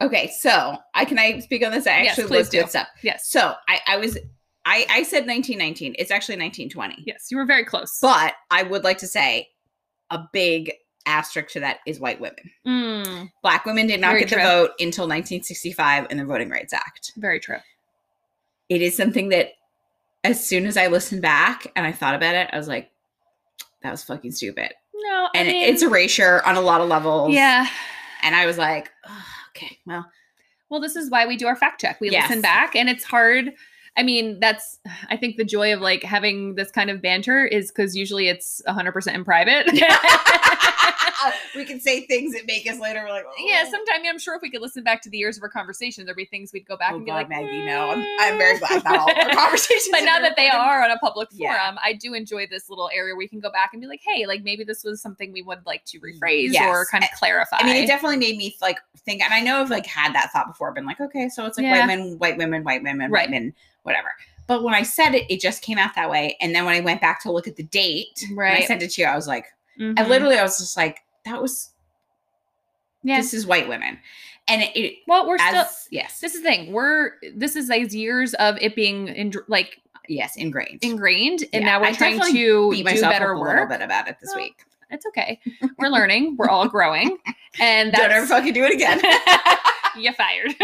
Okay, so I can I speak on this? I
Yes,
actually
please
looked
do.
this up.
Yes.
So I, I was I, I said 1919. It's actually 1920.
Yes, you were very close.
But I would like to say a big asterisk to that is white women.
Mm,
Black women did not
Very
get
true.
the vote until 1965 in the Voting Rights Act.
very true.
It is something that as soon as I listened back and I thought about it, I was like, that was fucking stupid.
No, I
And it-
mean,
it's erasure on a lot of levels.
yeah.
And I was like, "Ugh, okay,
<laughs>
well, <laughs>
Well, this is why we do our fact check. We
Yes.
listen back, and it's hard. I mean, that's I think the joy of like having this kind of banter is because usually it's 100% in private.
we can say things that make us later. We're like, oh.
<laughs> yeah, sometime I'm sure if we could listen back to the years of our conversation, there'd be things we'd go back
Oh,
and be
God,
like,
Maggie, no. I'm,
"Mm."
I'm very glad not all
<laughs>
of our conversations.
But
have
now
been
that they
recorded.
are on a public
Yeah.
forum, I do enjoy this little area where you can go back and be like, hey, like maybe this was something we would like to rephrase or
Yes.
kind of clarify.
I mean, it definitely made me like think, and I know I've like had that thought before, been like, okay, so it's like
Yeah.
white men, white women, white women,
Right.
white men, whatever. But when I said it, it just came out that way. And then when I went back to look at the date, when I
Right.
sent it to you, I was like, I
Mhm.
literally, I was just like, that was
yeah.
this is white women, and it, it
well, we're still.
as yes,
This is the thing. We're this is like years of it being in, like
yes, ingrained.
ingrained, and
Yeah,
now we're
I
trying
definitely
to
Beat
do
myself
better
up a little
work.
bit about it this
Well,
week.
It's okay. We're learning. We're
<laughs>
all growing, and
Don't ever
that's
fucking do it
<laughs>
again. <laughs>
you're fired.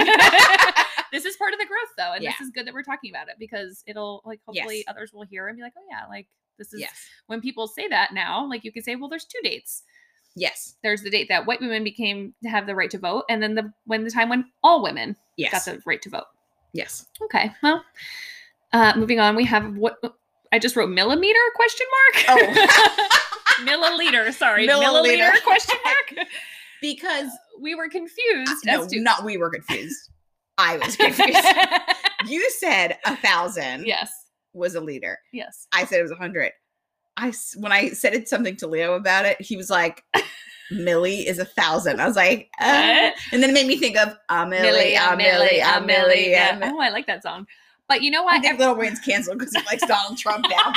<laughs> this is part of the growth, though, and this
Yeah.
is good that we're talking about it because it'll like hopefully
Yes.
others will hear and be like, oh yeah, like this is
yes,
when people say that now. Like you can say, well, there's two dates.
yes,
There's the date that white women became to have the right to vote, and then the when the time when all women
yes,
got the right to vote.
yes.
Okay. Well, uh, moving on, we have what I just wrote millimeter question mark. <laughs> milliliter. Sorry, milliliter,
Oh. Milliliter.
question mark.
<laughs> Because
We were confused
no, <laughs>
as to <laughs>
not we were confused. I <laughs> was confused. you said a thousand
yes,
was a leader.
yes.
I said it was a hundred. I s- when I said it something to Leo about it, he was like, "Millie is a thousand. I was like, uh,
What?
and then it made me think of a Millie,
ah,
a Millie,
ah,
a Millie.
yeah.
a Mi-"
Oh, I like that song. But you know
I
what?
think Little Wayne's canceled because he likes Donald Trump now.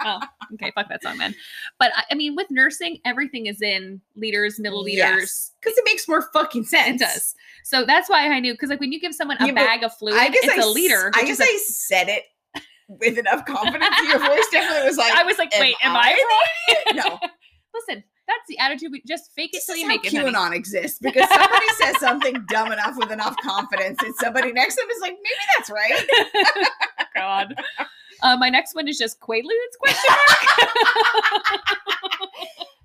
But
<laughs> okay, fuck that song, man. But I- I mean, with nursing, everything is in liters, milliliters.
Yes, because it makes more fucking sense.
It does. So that's why I knew because like when you give someone a
Yeah, but
bag of fluid,
I guess
it's
I
a
s-
liter.
I
which
guess
is a-
I said it with enough confidence. Your voice definitely
<laughs>
was like,
I was like,
am
wait, am
I
I
the
wrong?
no.
<laughs> Listen, that's the attitude. We just fake it
This
till
is
you
how
make it. honey.
QAnon exists because somebody says something <laughs> dumb enough with enough confidence, and somebody next to them is like, maybe that's right.
<laughs> God. Uh, my next one is just Quaaludes question mark.
<laughs> <laughs>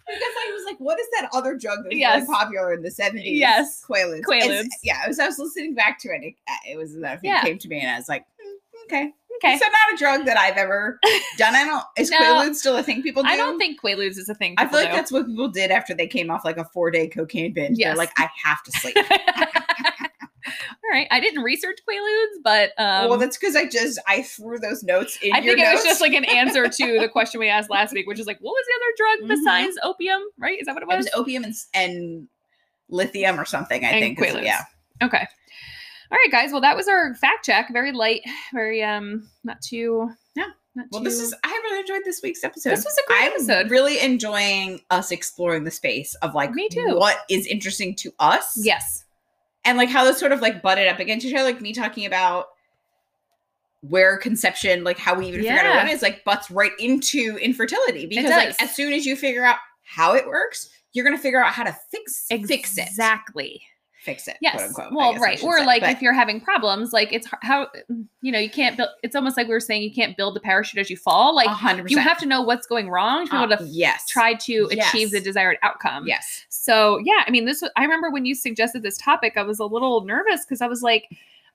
Because I was like, what is that other drug that was
Yes.
really popular in the 70s?
Yes.
Quaaludes. It's-
Quaaludes.
yeah, I was, I was listening back to it. It, it was that thing
Yeah.
came to me, and I was like, "Hmm, okay.
Okay.
So not a drug that I've ever done. I don't. Is <laughs>
No.
Quaaludes still a thing people do?
I don't think Quaaludes is a thing.
I feel like
people
that's what people did after they came off like a four day cocaine binge.
Yes.
They're like, I have to <laughs> sleep.
do. <laughs> All right. I didn't research Quaaludes, but um,
well, that's because I just I threw those notes in
I
your
think it was
notes.
just like an answer to the question we asked last week, which is like, what was the other drug
Mhm.
besides opium? Right? Is that what it
it
was?
was opium and, and lithium or something. I
and
think. 'cause-
Quaaludes.
Yeah.
Okay. All right, guys. Well, that was our fact check. Very light. Very um, not too.
No.
Not
Well, this
too-
is I really enjoyed this week's episode.
This was a great
I'm
episode.
really enjoying us exploring the space of like
Me too.
what is interesting to us.
yes.
And like how those sort of like butted up against each other, like me talking about where conception, like how we even figure out
Yeah.
our women is like butts right into infertility because
does.
like as soon as you figure out how it works, you're gonna figure out how to fix fix it,
Exactly.
fix it.
Yes.
quote unquote, I
well,
guess I
right.
should
Or
say.
like
But-
if you're having problems, like it's h- how you know you can't build. It's almost like we were saying you can't build the parachute as you fall. Like
A hundred
you
percent.
have to know what's going wrong to be able
Uh,
to
yes,
try to achieve the
Yes.
desired outcome.
yes,
So yeah, I mean, this. was- I remember when you suggested this topic, I was a little nervous because I was like,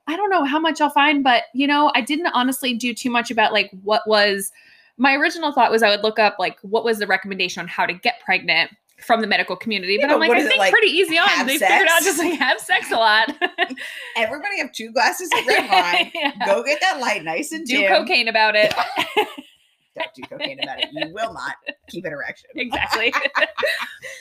I don't know how much I'll find, but you know, I didn't honestly do too much about like what was. My original thought was I would look up like what was the recommendation on how to get pregnant from the medical community,
Yeah,
but I'm
but
like,
what
I
is it,
think
like,
pretty easy on.
have
They figured out
sex?
just like have sex a lot,
<laughs> everybody have two glasses of red wine.
<laughs> Yeah.
Go get that light nice and
do
dim.
cocaine about it.
Don't do cocaine about it. You will not keep an erection. <laughs>
exactly.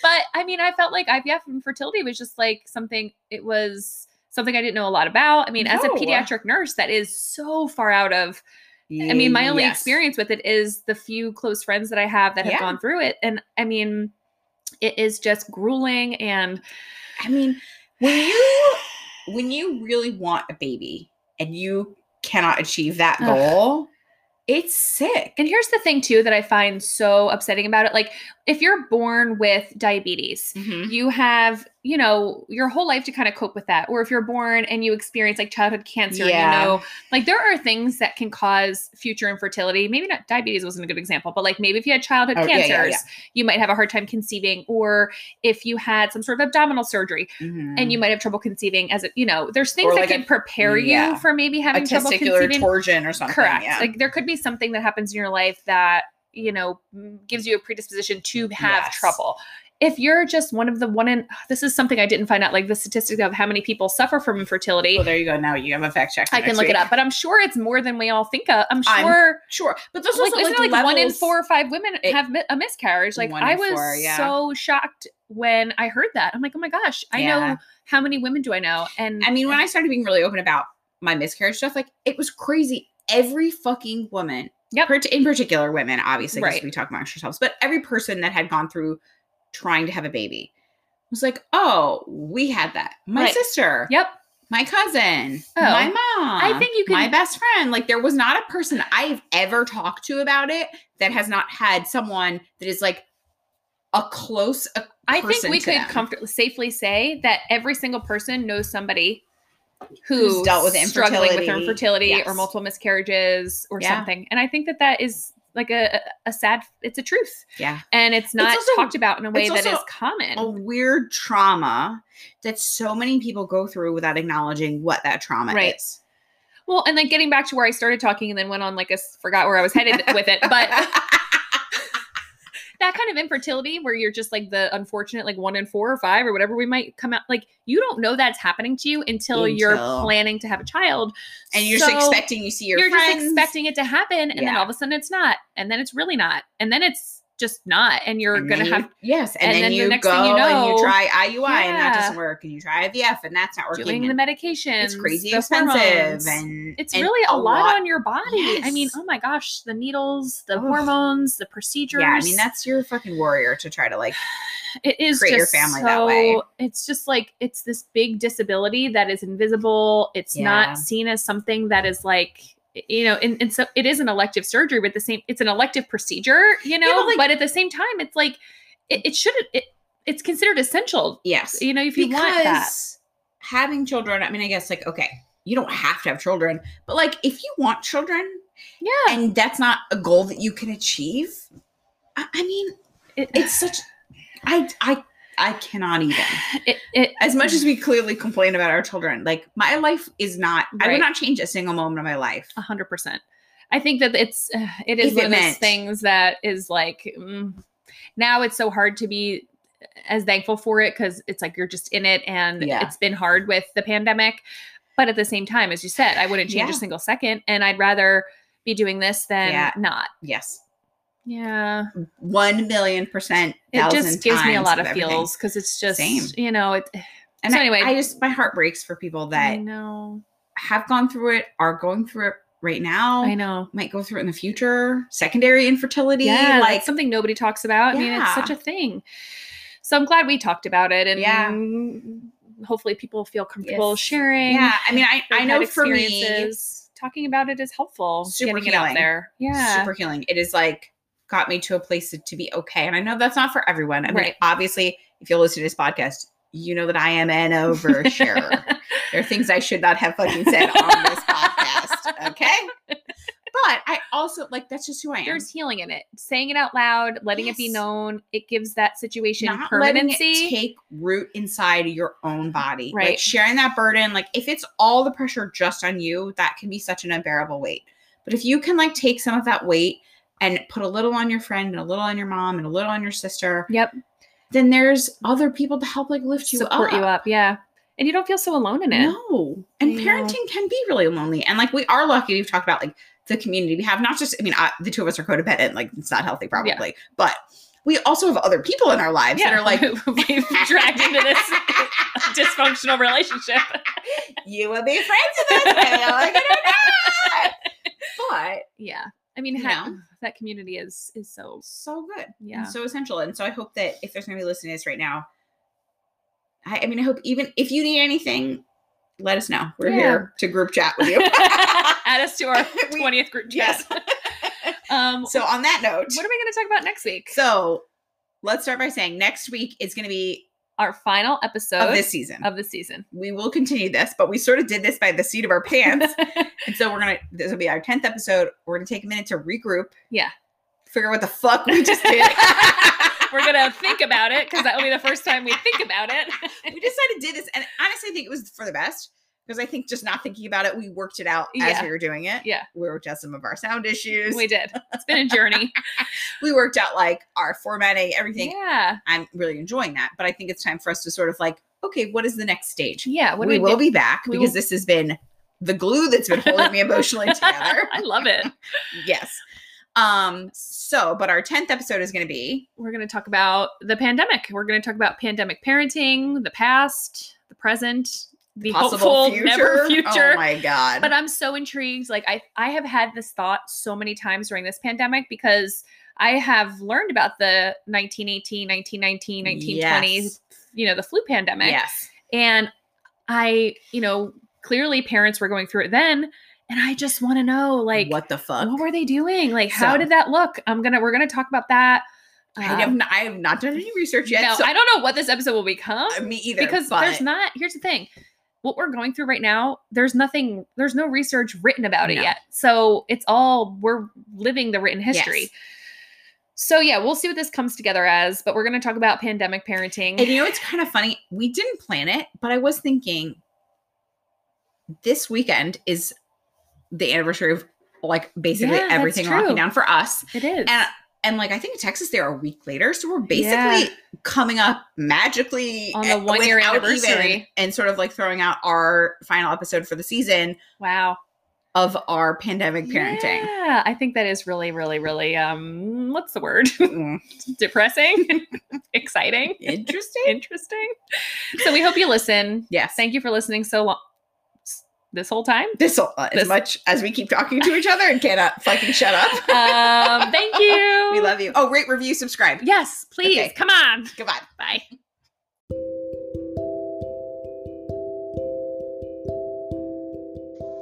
but I mean, I felt like IVF and fertility was just like something, it was something I didn't know a lot about. I mean, as a
No.
pediatric nurse, that is so far out of, I mean, my only experience with it is the few close friends that I have that have
Yeah.
gone through it. And I mean, it is just grueling and
I mean, when you when you really want a baby and you cannot achieve that
Ugh.
goal, it's sick.
and here's the thing too that I find so upsetting about it like if you're born with diabetes
Mm-hmm.
you have you know your whole life to kind of cope with that or if you're born and you experience like childhood cancer
Yeah.
and you know like there are things that can cause future infertility maybe not diabetes wasn't a good example but like maybe if you had childhood
Oh, yeah, yeah,
cancers
yeah.
you might have a hard time conceiving or if you had some sort of abdominal surgery
Mm-hmm.
and you might have trouble conceiving as a, you know there's things
Mm. Or
that
like
can
a-
prepare you
yeah.
for maybe
a
having trouble
testicular
conceiving
torsion or something.
correct
Yeah.
like there could be something that happens in your life that you know m- gives you a predisposition to have
Yes.
trouble if you're just one of the one in this is something i didn't find out like the statistic of how many people suffer from infertility
well, there you go. Now you have a fact check.
i can look it up but i'm sure it's more than we all think of i'm
I'm-
sure
Sure, but there's
like,
also
isn't
like,
it like one in
levels-
four or five women
It-
have mi- a miscarriage like
One
i
in
was
four, yeah.
so shocked when i heard that i'm like oh my gosh i
Yeah.
know how many women do i know and
I mean, when I started being really open about my miscarriage stuff, like it was crazy. Every fucking woman,
Yep.
part- in particular women, obviously, 'cause
Right.
we talk amongst ourselves, but every person that had gone through trying to have a baby was like, oh, we had that. My
Right.
sister,
yep
my cousin,
Oh.
my mom.
I think you can-
My best friend. Like, there was not a person I've ever talked to about it that has not had someone that is like a close. A-
I think
person
we
to
could
them.
comfortably safely say that every single person knows somebody who's,
Who's dealt with
struggling with
infertility.
infertility or
Yes.
multiple miscarriages or
Yeah.
something. And I think that that is like a, a sad it's a truth
yeah.
and it's not
also-
talked about in a way
it's
that is
also
common.
a weird trauma that so many people go through without acknowledging what that trauma
Right.
is.
well, and then getting back to where I started talking and then went on like I s- forgot where I was
<laughs>
headed with it, but that kind of infertility where you're just like the unfortunate like one in four or five or whatever we might come out like you don't know that's happening to you until, you're
Until-
planning to have a child
and you're just
So-
expecting you see your
you're
friends.
just expecting it to happen and then
Yeah.
all of a sudden it's not and then it's really not and then it's just not and you're
And
gonna
then you-
have
yes, and,
and
then,
then the
you
next
go
thing you
and
know-
you try IUI and that
Yeah.
doesn't work, and you try IVF and that's not working.
doing the
and
medication
it's crazy expensive, and
it's
and
really a, lot, on your body i mean
Yes.
oh my gosh the needles the
Ugh.
hormones the procedures
Yeah, I mean that's your fucking warrior to try to like.
it is
create your
just
family
so,
that way.
it's just like it's this big disability that is invisible it's
Yeah.
not seen as something that is like you know and, and so it is an elective surgery but the same it's an elective procedure you know
but,
but,
like-
at the same time it's like it, it should it, it's considered essential
Yes,
you know if you want that
having children. I mean, I guess like okay, you don't have to have children, but like if you want children,
yeah
and that's not a goal that you can achieve i, I mean
it,
it's such i i i cannot even
it, it
as much as we clearly complain about our children like my life is not i
Right. Uh.
would not change a single moment of my life
A hundred percent. I think that it's <sighs> uh, it is
If
one
it
of those
meant-
things that is like mm, now it's so hard to be as thankful for it because it's like you're just in it and
Yeah.
it's been hard with the pandemic. But at the same time, as you said, I wouldn't change
Yeah.
a single second, and I'd rather be doing this than
Yeah.
not.
yes
Yeah,
one million percent
it
thousand
just gives me a
times
lot of
everything.
feels because it's just
Same.
you know it. <sighs>
and
So
I-
anyway. Mm.
I, just my heart breaks for people
I
that
know,
have gone through it are going through it right now
I know.
might go through it in the future secondary infertility
Yeah,
like
like something nobody talks about. I mean, it's
Yeah.
such a thing. So I'm glad we talked about it, and
Yeah.
hopefully people feel comfortable
Yes.
sharing.
yeah i mean i
they've
i know
had
for me
experiences. talking about it is helpful.
Super
getting it out
healing.
there. Yeah.
super healing. It is like got me to a place to be okay. And I know that's not for everyone. I mean,
Right.
obviously, if you listen to this podcast, you know that I am an oversharer.
<laughs>
there are things I should not have fucking said on this podcast. Okay. But I also like that's just who I am.
There's healing in it. Saying it out loud, letting it be
Yes.
known, it gives that situation
not letting
permanency.
it take root inside your own body. Like
Right.
sharing that burden. Like if it's all the pressure just on you, that can be such an unbearable weight. But if you can like take some of that weight and put a little on your friend and a little on your mom and a little on your sister,
yep.
then there's other people to help like lift you
Support
up.
you up. Yeah. And you don't feel so alone in it.
No. And
I know.
parenting can be really lonely. And like we are lucky we've talked about like the community we have, not just I mean, I, the two of us are codependent, like it's not healthy probably, but we also have other people in our lives that are like
<laughs> we've dragged into
<laughs>
this dysfunctional relationship.
you will be friends with us. whether you like it or
<laughs>
not. But
Yeah. I mean,
You
ha-
know?
that community is is so
so good
yeah.
and so essential. And so I hope that if there's going to be listening to this right now, I, I mean, I hope even if you need anything, let us know. We're
Yeah.
here to group chat
<laughs>
with you.
Add us to our
<laughs> We-
twentieth group chat.
yes.
<laughs>
<laughs>
um,
So on that note,
what are we going to talk about next week?
so let's start by saying next week is going to be
our final episode
of this season.
of the season.
we will continue this, but we sort of did this by the seat of our
<laughs>
pants. And so we're gonna this will be our tenth episode. We're gonna take a minute to regroup.
Yeah.
Figure out what the fuck we just
<laughs>
did.
We're going to think about it because that will be the first time we think about it.
we decided to do this, and honestly, I think it was for the best because I think just not thinking about it, we worked it out as
Yeah.
we were doing it.
Yeah.
we worked out some of our sound issues.
we
We,
did. It's been a
<laughs>
journey.
worked out like our formatting, everything.
Yeah.
I'm really enjoying that, but I think it's time for us to sort of like, okay, what is the next stage?
Yeah. What do
we
we
will
do?
be back
we
because
will-
this has been the glue that's been holding me
<laughs>
emotionally together.
I love it.
yes. Um. So, but our tenth episode is going to be
We're going to talk about the pandemic. We're going to talk about pandemic parenting, the past, the present, the hopeful never future.
Oh my god!
but i'm so intrigued like i i have had this thought so many times during this pandemic because i have learned about the 1918 1919 1920
Yes.
you know the flu pandemic
yes,
and i you know clearly parents were going through it then and i just want to know like
what the fuck?
what were they doing like how
So-
did that look i'm gonna we're gonna talk about that
I
Um,
have not, I have not done any research yet.
now,
so
i don't know what this episode will become
uh, me either.
because
but
there's not here's the thing what we're going through right now there's nothing there's no research written about it
No.
yet so it's all we're living the written history
Yes.
so yeah we'll see what this comes together as but we're going to talk about pandemic parenting
And you know, it's kind of funny. We didn't plan it, but I was thinking this weekend is the anniversary of like basically
Yeah, that's
everything locking
true.
down for us.
it is
And and like I think in Texas they're a week later, so we're basically
Yeah.
coming up magically
On the
eh,
one-year
without even,
anniversary.
and sort of like throwing out our final episode for the season
wow
of our pandemic parenting.
yeah i think that is really really really um what's the word <laughs>
Mm,
depressing <laughs> exciting <laughs>
Interesting.
interesting so we hope you listen
Yes.
thank you for listening so long this
<laughs>
whole time
this will- uh, as
This-
much as we keep talking to each other and cannot fucking shut up.
um thank you <laughs>
we love you. Oh, rate, review, subscribe.
Yes, please.
Okay.
Come on.
Goodbye.
Bye.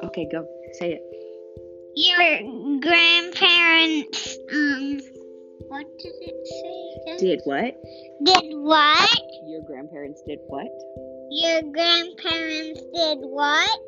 Okay, go. Say it.
Your grandparents, um, what did it say?
Did what?
Did what?
Your grandparents did what?
Your grandparents did what?